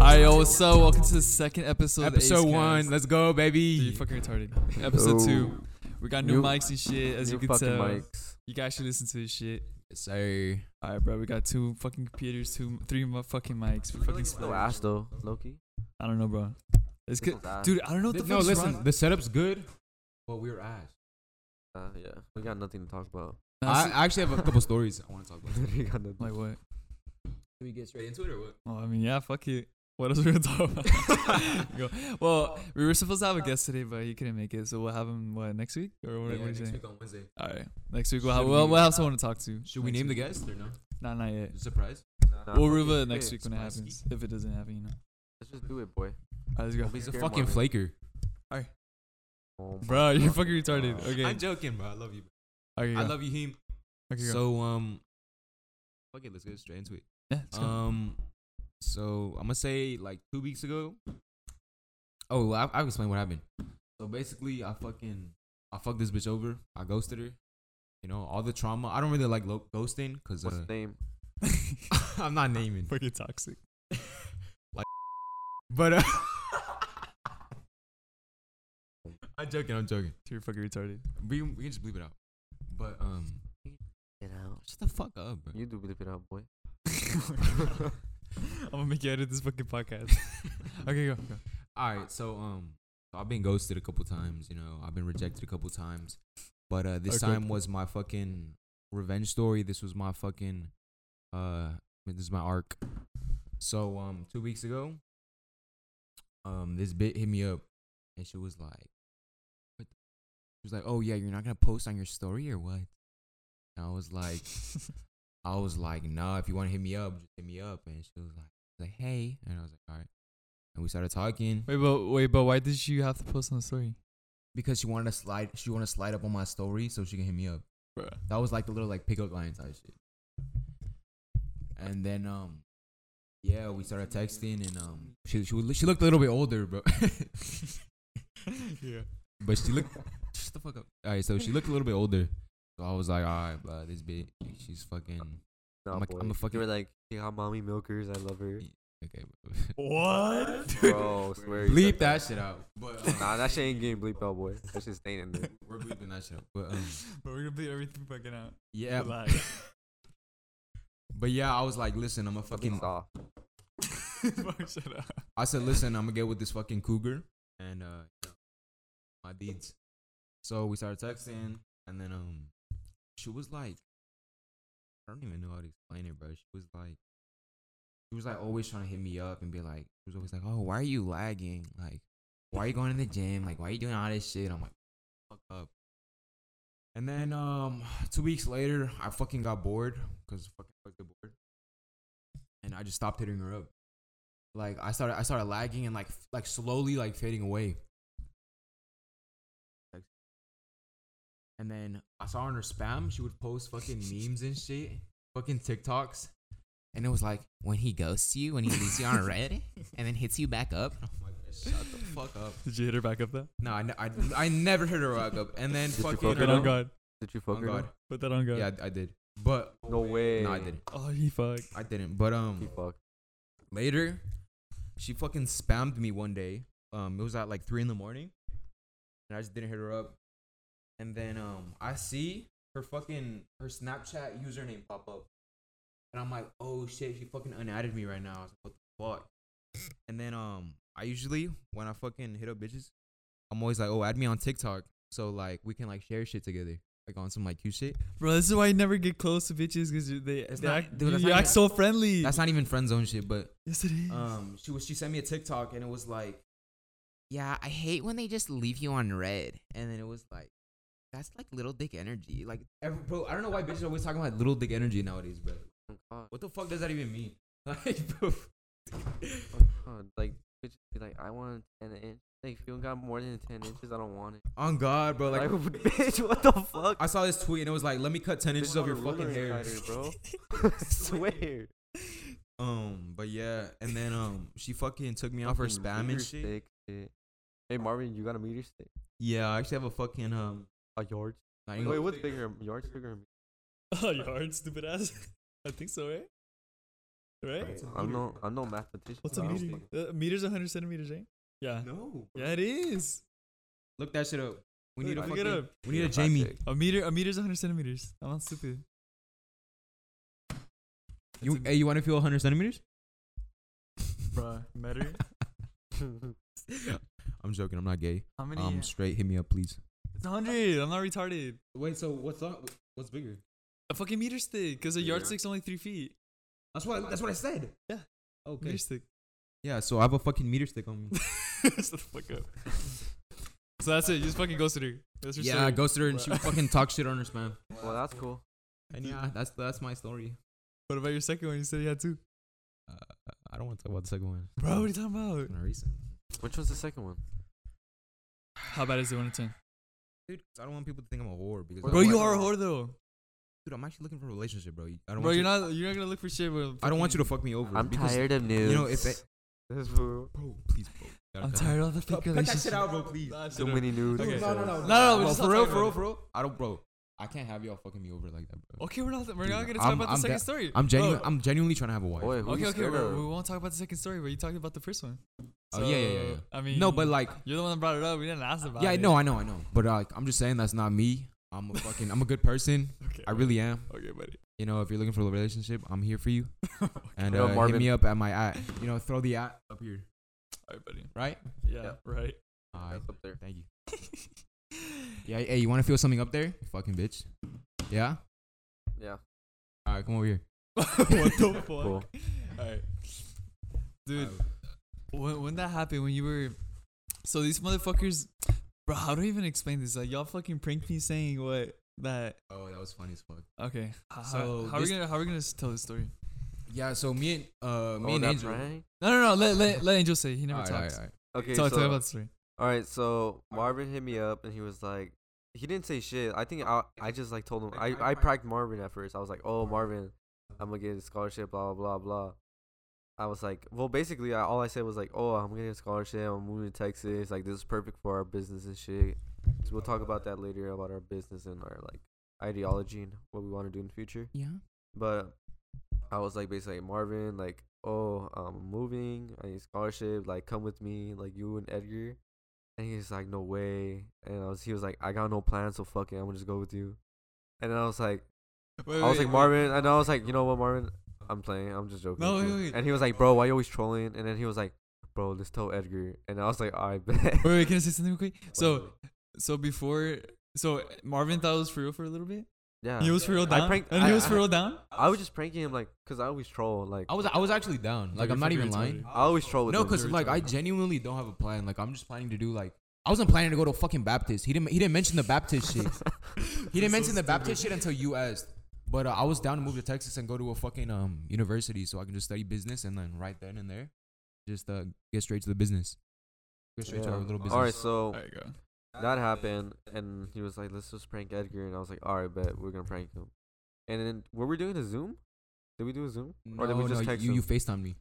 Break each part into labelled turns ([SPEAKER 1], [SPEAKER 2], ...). [SPEAKER 1] Alright, so welcome to the second episode.
[SPEAKER 2] Episode
[SPEAKER 1] of
[SPEAKER 2] one, let's go,
[SPEAKER 1] You
[SPEAKER 2] baby.
[SPEAKER 1] fucking retarded. Episode
[SPEAKER 3] Yo.
[SPEAKER 1] two. We got new,
[SPEAKER 3] New-
[SPEAKER 1] mics and shit. As
[SPEAKER 3] New
[SPEAKER 1] you can
[SPEAKER 3] fucking
[SPEAKER 1] tell,
[SPEAKER 3] mics.
[SPEAKER 1] you guys should listen to this shit.
[SPEAKER 2] Sir,
[SPEAKER 1] All right, bro. We got two fucking computers, two, three mu- fucking mics. We fucking
[SPEAKER 3] Slow
[SPEAKER 1] split.
[SPEAKER 3] ass though, Loki.
[SPEAKER 1] I don't know, bro. It's
[SPEAKER 3] This
[SPEAKER 1] good,
[SPEAKER 3] one's ass.
[SPEAKER 1] dude. I don't know what the
[SPEAKER 2] no,
[SPEAKER 1] fuck's
[SPEAKER 2] listen,
[SPEAKER 1] wrong.
[SPEAKER 2] the setup's good, but we're ass.
[SPEAKER 3] Uh, yeah, we got nothing to talk about.
[SPEAKER 1] Nah,
[SPEAKER 2] I,
[SPEAKER 1] it's-
[SPEAKER 2] I actually have a couple stories I want to talk about. Can
[SPEAKER 3] we got nothing.
[SPEAKER 1] like what?
[SPEAKER 2] we get straight into it or what?
[SPEAKER 1] Well, I mean, yeah. Fuck it. What else are we gonna talk about? Go. Well, we were supposed to have a guest today, but he couldn't make it, so we'll have him what next week or what? what
[SPEAKER 2] Yeah,
[SPEAKER 1] are you
[SPEAKER 2] next
[SPEAKER 1] saying?
[SPEAKER 2] week on Wednesday.
[SPEAKER 1] All right, next week we'll have
[SPEAKER 2] Should
[SPEAKER 1] we'll,
[SPEAKER 2] we-
[SPEAKER 1] we'll have someone to talk to.
[SPEAKER 2] Should we name the guest or no?
[SPEAKER 1] the? Nah, not yet.
[SPEAKER 2] Surprise.
[SPEAKER 3] Nah,
[SPEAKER 1] We'll
[SPEAKER 3] fuck
[SPEAKER 1] reveal
[SPEAKER 3] it.
[SPEAKER 1] it next
[SPEAKER 3] Hey,
[SPEAKER 1] week when it
[SPEAKER 2] spicy.
[SPEAKER 1] happens. If it doesn't happen, you know.
[SPEAKER 3] Let's just do it, boy.
[SPEAKER 1] All right, let's go.
[SPEAKER 3] He's
[SPEAKER 2] He's
[SPEAKER 3] a
[SPEAKER 2] a
[SPEAKER 3] Scare
[SPEAKER 2] fucking
[SPEAKER 3] fucking Marvin.
[SPEAKER 2] flaker.
[SPEAKER 3] Oh my
[SPEAKER 1] Bro, you're
[SPEAKER 3] God.
[SPEAKER 1] fucking retarded.
[SPEAKER 3] Uh,
[SPEAKER 1] Okay.
[SPEAKER 2] I'm joking, bro. I love you.
[SPEAKER 1] okay,
[SPEAKER 2] Bro. I
[SPEAKER 1] go.
[SPEAKER 2] love you, him.
[SPEAKER 1] Okay, go.
[SPEAKER 2] So um, fuck it. Let's get straight into it.
[SPEAKER 1] yeah, let's go.
[SPEAKER 2] Um, so I'm gonna say like two weeks ago. Oh, well, I, I'll explain what happened. So basically, I fucking I fucked this bitch over. I ghosted her. You know all the trauma. I don't really like lo- ghosting because
[SPEAKER 3] What's
[SPEAKER 2] uh,
[SPEAKER 3] his name?
[SPEAKER 2] I'm not naming.
[SPEAKER 1] fucking toxic.
[SPEAKER 2] But uh, I'm joking. I'm joking.
[SPEAKER 1] You're fucking retarded.
[SPEAKER 2] We we can just bleep it out. But um,
[SPEAKER 3] Get out.
[SPEAKER 2] shut the fuck up. Bro.
[SPEAKER 3] You do believe it out, boy.
[SPEAKER 1] I'm gonna make you edit this fucking podcast. Okay, go. go.
[SPEAKER 2] All right, so um, I've been ghosted a couple times. You know, I've been rejected a couple times, but uh, this
[SPEAKER 1] Okay.
[SPEAKER 2] time was my fucking revenge story. This was my fucking uh, this is my arc. So um, two weeks ago, um, this bit hit me up, and she was like, what? she was like, oh yeah, you're not gonna post on your story or what? And I was like, I was like, nah, if you want to hit me up, just hit me up. And she was like, like hey, and I was like, all right. And we started talking.
[SPEAKER 1] Wait, but wait, but why did you have to post on the story,
[SPEAKER 2] because she wanted to slide she wanted to slide up on my story so she can hit me up.
[SPEAKER 1] bro?
[SPEAKER 2] That was like the little like pickup line type shit. And then um yeah, we started texting and um she she, was- she looked a little bit older, bro.
[SPEAKER 1] yeah.
[SPEAKER 2] but she looked shut the fuck up. All right, so she looked a little bit older. So I was like, all right, bro, this bitch, she's fucking
[SPEAKER 3] Nah,
[SPEAKER 2] I'm a-
[SPEAKER 3] boy.
[SPEAKER 2] I'm a fucking-
[SPEAKER 3] You were like, she got mommy milkers. I love her.
[SPEAKER 2] okay. Bro.
[SPEAKER 1] What?
[SPEAKER 3] Bro, swear. you said
[SPEAKER 2] Bleep that shit out. But um,
[SPEAKER 3] Nah, that shit ain't getting bleeped out, boy. That shit staying in there.
[SPEAKER 2] we're bleeping that shit out. But um,
[SPEAKER 1] But we're gonna bleep everything fucking out.
[SPEAKER 2] yeah,
[SPEAKER 1] Relax.
[SPEAKER 2] but yeah, I was like, listen, I'm a fucking
[SPEAKER 3] Fucking off.
[SPEAKER 1] Fuck, shut up.
[SPEAKER 2] I said, listen, I'm gonna get with this fucking cougar and uh you know, my deeds. So we started texting and then um she was like I don't even know how to explain it, bro. She was like she was like always trying to hit me up and be like she was always like, Oh, why are you lagging? Like, why are you going to the gym? Like, why are you doing all this shit? I'm like, fuck up. And then um two weeks later I fucking got bored because fucking fuck the bored. And I just stopped hitting her up like I started I started lagging and like f- like slowly like fading away. And then I saw her in her spam. She would post fucking memes and shit, fucking TikToks, and it was like when he ghosts you, when he leaves you on red, and then hits you back up. I'm like, shut the fuck up.
[SPEAKER 1] Did you hit her back up though?
[SPEAKER 2] No, I, ne- I, I never hit her back up. And then
[SPEAKER 3] Did you
[SPEAKER 2] fucking
[SPEAKER 3] fuck
[SPEAKER 1] Put that
[SPEAKER 3] her
[SPEAKER 1] on
[SPEAKER 2] um,
[SPEAKER 3] up?
[SPEAKER 1] God.
[SPEAKER 3] Did you
[SPEAKER 2] oh
[SPEAKER 3] fuck her?
[SPEAKER 2] God.
[SPEAKER 1] Put that on God.
[SPEAKER 2] Yeah, I, I did, but
[SPEAKER 3] No way.
[SPEAKER 2] no, I didn't.
[SPEAKER 1] Oh, he fucked.
[SPEAKER 2] I didn't. But um,
[SPEAKER 3] He fucked.
[SPEAKER 2] Later, she fucking spammed me one day. Um, it was at like three in the morning, and I just didn't hit her up. And then um, I see her fucking her Snapchat username pop up, and I'm like, oh shit, she fucking unadded me right now. I was like, what the fuck? And then um, I usually when I fucking hit up bitches, I'm always like, oh, add me on TikTok, so like we can like share shit together, like on some like cute shit.
[SPEAKER 1] Bro, this is why you never get close to bitches because they,
[SPEAKER 2] That's
[SPEAKER 1] they
[SPEAKER 2] not-
[SPEAKER 1] act,
[SPEAKER 2] dude, that's
[SPEAKER 1] you
[SPEAKER 2] not
[SPEAKER 1] act so friendly.
[SPEAKER 2] That's not even friend zone shit, but
[SPEAKER 1] yes, it is.
[SPEAKER 2] um, she was she sent me a TikTok and it was like.
[SPEAKER 4] Yeah, I hate when they just leave you on red. And then it was like, that's like little dick energy. Like,
[SPEAKER 2] Every, bro, I don't know why bitches are always talking about little dick energy nowadays, bro.
[SPEAKER 3] Oh, God.
[SPEAKER 2] What the fuck does that even mean? Like, bro.
[SPEAKER 3] Oh, God. Like, bitches be like, I want a 10 inch. Like, if you don't got more than 10 inches, I don't want it.
[SPEAKER 2] On God, bro.
[SPEAKER 3] Like,
[SPEAKER 2] Like,
[SPEAKER 3] bitch, what the fuck?
[SPEAKER 2] I saw this tweet and it was like, let me cut 10 inches
[SPEAKER 3] Bitch,
[SPEAKER 2] off your
[SPEAKER 3] want a
[SPEAKER 2] fucking
[SPEAKER 3] ruler
[SPEAKER 2] hair.
[SPEAKER 3] inside her, bro. Swear.
[SPEAKER 2] Um, but yeah, and then um, she fucking took me off her
[SPEAKER 3] Fucking
[SPEAKER 2] spam
[SPEAKER 3] weird
[SPEAKER 2] and shit.
[SPEAKER 3] dick shit. Hey Marvin, you got a meter stick?
[SPEAKER 2] Yeah, I actually have a fucking um.
[SPEAKER 3] A yard?
[SPEAKER 2] not
[SPEAKER 3] Wait,
[SPEAKER 2] even-
[SPEAKER 3] what's bigger? Yards bigger? or meter?
[SPEAKER 1] Oh, yard, stupid ass. I think so, right? Right?
[SPEAKER 2] It's a
[SPEAKER 3] I'm
[SPEAKER 2] meter.
[SPEAKER 3] no, I'm no mathematician.
[SPEAKER 1] What's
[SPEAKER 3] so
[SPEAKER 1] a
[SPEAKER 3] I don't
[SPEAKER 1] meter?
[SPEAKER 3] think-
[SPEAKER 1] Uh, meter's 100 centimeters, right? Yeah.
[SPEAKER 2] No.
[SPEAKER 1] Yeah, it is.
[SPEAKER 2] Look that shit up. We need a
[SPEAKER 1] Look it
[SPEAKER 2] fucking.
[SPEAKER 1] up.
[SPEAKER 2] We need a Jamie.
[SPEAKER 3] Project.
[SPEAKER 1] A meter, a meter's 100 centimeters. I'm not stupid. That's
[SPEAKER 2] You
[SPEAKER 1] a-
[SPEAKER 2] hey, you want to feel 100 centimeters?
[SPEAKER 1] Bruh, meter?
[SPEAKER 2] I'm joking. I'm not gay.
[SPEAKER 1] How many?
[SPEAKER 2] Um, straight. Hit me up, please.
[SPEAKER 1] it's 100. I'm not retarded.
[SPEAKER 2] Wait. So what's up? What's bigger?
[SPEAKER 1] A fucking meter stick, because a yard stick's only three feet.
[SPEAKER 2] That's what. That's what I said.
[SPEAKER 1] Yeah.
[SPEAKER 2] Okay.
[SPEAKER 1] Meter stick.
[SPEAKER 2] Yeah. So I have a fucking meter stick on me.
[SPEAKER 1] Shut the fuck up. So that's it. You just fucking ghost her. That's your
[SPEAKER 2] yeah.
[SPEAKER 1] story.
[SPEAKER 2] I ghosted her and she
[SPEAKER 1] Bruh.
[SPEAKER 2] fucking talk shit on her spam.
[SPEAKER 3] Well, that's cool.
[SPEAKER 2] And yeah, that's that's my story.
[SPEAKER 1] What about your second one? You said you had two.
[SPEAKER 2] Uh, I don't want to talk about the second one.
[SPEAKER 1] Bro, what are you talking about?
[SPEAKER 2] Kinda recent.
[SPEAKER 3] Which one's the second one?
[SPEAKER 1] How bad is it one to ten?
[SPEAKER 2] Dude, 'cause I don't want people to think I'm a whore because
[SPEAKER 3] Bro,
[SPEAKER 1] Bro,
[SPEAKER 2] I'm
[SPEAKER 1] you
[SPEAKER 2] like-
[SPEAKER 1] are a whore though.
[SPEAKER 2] Dude, I'm actually looking for a relationship, bro. You- I don't
[SPEAKER 1] Bro,
[SPEAKER 2] want
[SPEAKER 1] you're
[SPEAKER 2] you,
[SPEAKER 1] not. You're not gonna look for shit. With
[SPEAKER 2] I don't want you to
[SPEAKER 1] fucking-
[SPEAKER 2] fuck me over.
[SPEAKER 3] I'm
[SPEAKER 2] because-
[SPEAKER 3] tired of news.
[SPEAKER 2] You know, if it,
[SPEAKER 3] This fool.
[SPEAKER 2] bro, please, bro.
[SPEAKER 1] I'm tired of the
[SPEAKER 2] Cut,
[SPEAKER 1] fake
[SPEAKER 2] cut that
[SPEAKER 1] relationship.
[SPEAKER 2] shit out, bro. Please.
[SPEAKER 1] Nah,
[SPEAKER 3] So
[SPEAKER 1] shut up.
[SPEAKER 3] many nudes.
[SPEAKER 1] Okay.
[SPEAKER 3] and
[SPEAKER 1] No,
[SPEAKER 3] stuff.
[SPEAKER 1] no, no, we
[SPEAKER 2] bro,
[SPEAKER 1] just
[SPEAKER 2] for
[SPEAKER 1] not
[SPEAKER 2] real,
[SPEAKER 1] talking
[SPEAKER 2] for real,
[SPEAKER 1] about
[SPEAKER 2] for real. I don't, bro. I can't have y'all fucking me over like that, bro.
[SPEAKER 1] Okay, we're not. We're
[SPEAKER 2] Dude,
[SPEAKER 1] not gonna talk
[SPEAKER 2] I'm-
[SPEAKER 1] about the
[SPEAKER 2] I'm
[SPEAKER 1] second
[SPEAKER 2] de-
[SPEAKER 1] story.
[SPEAKER 2] I'm genuine.
[SPEAKER 1] Bro,
[SPEAKER 2] I'm genuinely trying to have a wife.
[SPEAKER 3] Boy, who
[SPEAKER 1] okay,
[SPEAKER 3] you
[SPEAKER 1] okay.
[SPEAKER 3] scared
[SPEAKER 1] bro,
[SPEAKER 3] of?
[SPEAKER 1] we won't talk about the second story. But you talked about the first one.
[SPEAKER 2] Oh, yeah, yeah, yeah, yeah.
[SPEAKER 1] So, I mean,
[SPEAKER 2] no, but like,
[SPEAKER 1] you're the one that brought it up. We didn't ask about
[SPEAKER 2] yeah,
[SPEAKER 1] it.
[SPEAKER 2] I know, I know, I know. But like, I'm just saying that's not me. I'm a fucking, I'm a good person.
[SPEAKER 1] Okay,
[SPEAKER 2] I really am.
[SPEAKER 1] Okay, buddy.
[SPEAKER 2] You know, if you're looking for a relationship, I'm here for you. And
[SPEAKER 3] Yo,
[SPEAKER 2] uh, hit
[SPEAKER 3] Marvin.
[SPEAKER 2] me up at my at. You know, throw the at up here,
[SPEAKER 1] All right, buddy.
[SPEAKER 2] right?
[SPEAKER 1] Yeah,
[SPEAKER 3] Yeah.
[SPEAKER 1] right.
[SPEAKER 2] All right.
[SPEAKER 3] That's up there.
[SPEAKER 2] Thank you. Yeah. Hey, you want to feel something up there? Fucking bitch. Yeah.
[SPEAKER 3] Yeah. Oh,
[SPEAKER 2] All right, come over here.
[SPEAKER 1] what the fuck? All
[SPEAKER 3] Cool.
[SPEAKER 1] right, dude. when, when that happened when you were so these motherfuckers bro how do i even explain this like y'all fucking pranked me saying what that
[SPEAKER 2] Oh, that was funny as fuck.
[SPEAKER 1] okay how,
[SPEAKER 2] So
[SPEAKER 1] how are we
[SPEAKER 2] this-
[SPEAKER 1] gonna how are we gonna s- tell the story
[SPEAKER 2] Yeah. So me and uh me
[SPEAKER 3] Oh,
[SPEAKER 2] and
[SPEAKER 3] that
[SPEAKER 2] Angel.
[SPEAKER 3] prank?
[SPEAKER 1] no no no let, let, let angel say he never
[SPEAKER 2] Alright,
[SPEAKER 1] talks
[SPEAKER 2] alright, alright.
[SPEAKER 3] Okay,
[SPEAKER 1] Tell,
[SPEAKER 3] so,
[SPEAKER 1] tell about the story
[SPEAKER 3] all right, so Marvin hit me up and he was like, he didn't say shit. I think I, I just like told him I, I pranked Marvin at first. I was like, oh Marvin, I'm gonna get a scholarship, blah blah blah blah. I was like, well, basically, I, all I said was like, oh, I'm gonna get a scholarship. I'm moving to Texas. Like this is perfect for our business and shit. So we'll talk about that later about our business and our like ideology and what we want to do in the future.
[SPEAKER 4] Yeah.
[SPEAKER 3] But I was like basically like, Marvin, like, oh, I'm moving, I need scholarship, like come with me, like you and Edgar. And he's like, No way. And I was he was like, I got no plans, so fuck it, I'm gonna just go with you. And I was like
[SPEAKER 1] Wait,
[SPEAKER 3] I was
[SPEAKER 1] wait,
[SPEAKER 3] like
[SPEAKER 1] wait.
[SPEAKER 3] Marvin and I was like, you know what, Marvin? I'm playing, I'm just joking.
[SPEAKER 1] No,
[SPEAKER 3] with
[SPEAKER 1] wait,
[SPEAKER 3] you."
[SPEAKER 1] wait.
[SPEAKER 3] And he was like, Bro, why you always trolling? And then he was like, Bro, let's tell Edgar. And I was like, I bet.
[SPEAKER 1] wait wait can i say something real quick so so before so marvin thought it was for real for a little bit
[SPEAKER 3] yeah.
[SPEAKER 1] he was for real
[SPEAKER 3] I
[SPEAKER 1] down
[SPEAKER 3] pranked-
[SPEAKER 1] and he
[SPEAKER 3] I-
[SPEAKER 1] was for
[SPEAKER 3] I-
[SPEAKER 1] real down
[SPEAKER 3] I was just pranking him like, cause I always troll. Like
[SPEAKER 2] I was I was actually down. Like I'm not even lying.
[SPEAKER 3] I always troll with
[SPEAKER 2] No,
[SPEAKER 3] him.
[SPEAKER 2] cause like I genuinely don't have a plan. Like I'm just planning to do like I wasn't planning to go to fucking Baptist. He didn't he didn't mention the Baptist shit. He didn't mention the Baptist shit until you asked. But uh, I was down to move to Texas and go to a fucking um university so I can just study business and then right then and there, just uh get straight to the business. Get straight to our
[SPEAKER 3] Yeah.
[SPEAKER 2] little business.
[SPEAKER 3] All right, so
[SPEAKER 1] there you go
[SPEAKER 3] that happened, and he was like, "Let's just prank Edgar," and I was like, "All right, bet we're gonna prank him." And then were we doing a Zoom? Did we do a Zoom, or did we
[SPEAKER 2] No,
[SPEAKER 3] just
[SPEAKER 2] no,
[SPEAKER 3] text
[SPEAKER 2] you,
[SPEAKER 3] him?
[SPEAKER 2] you Facetime me.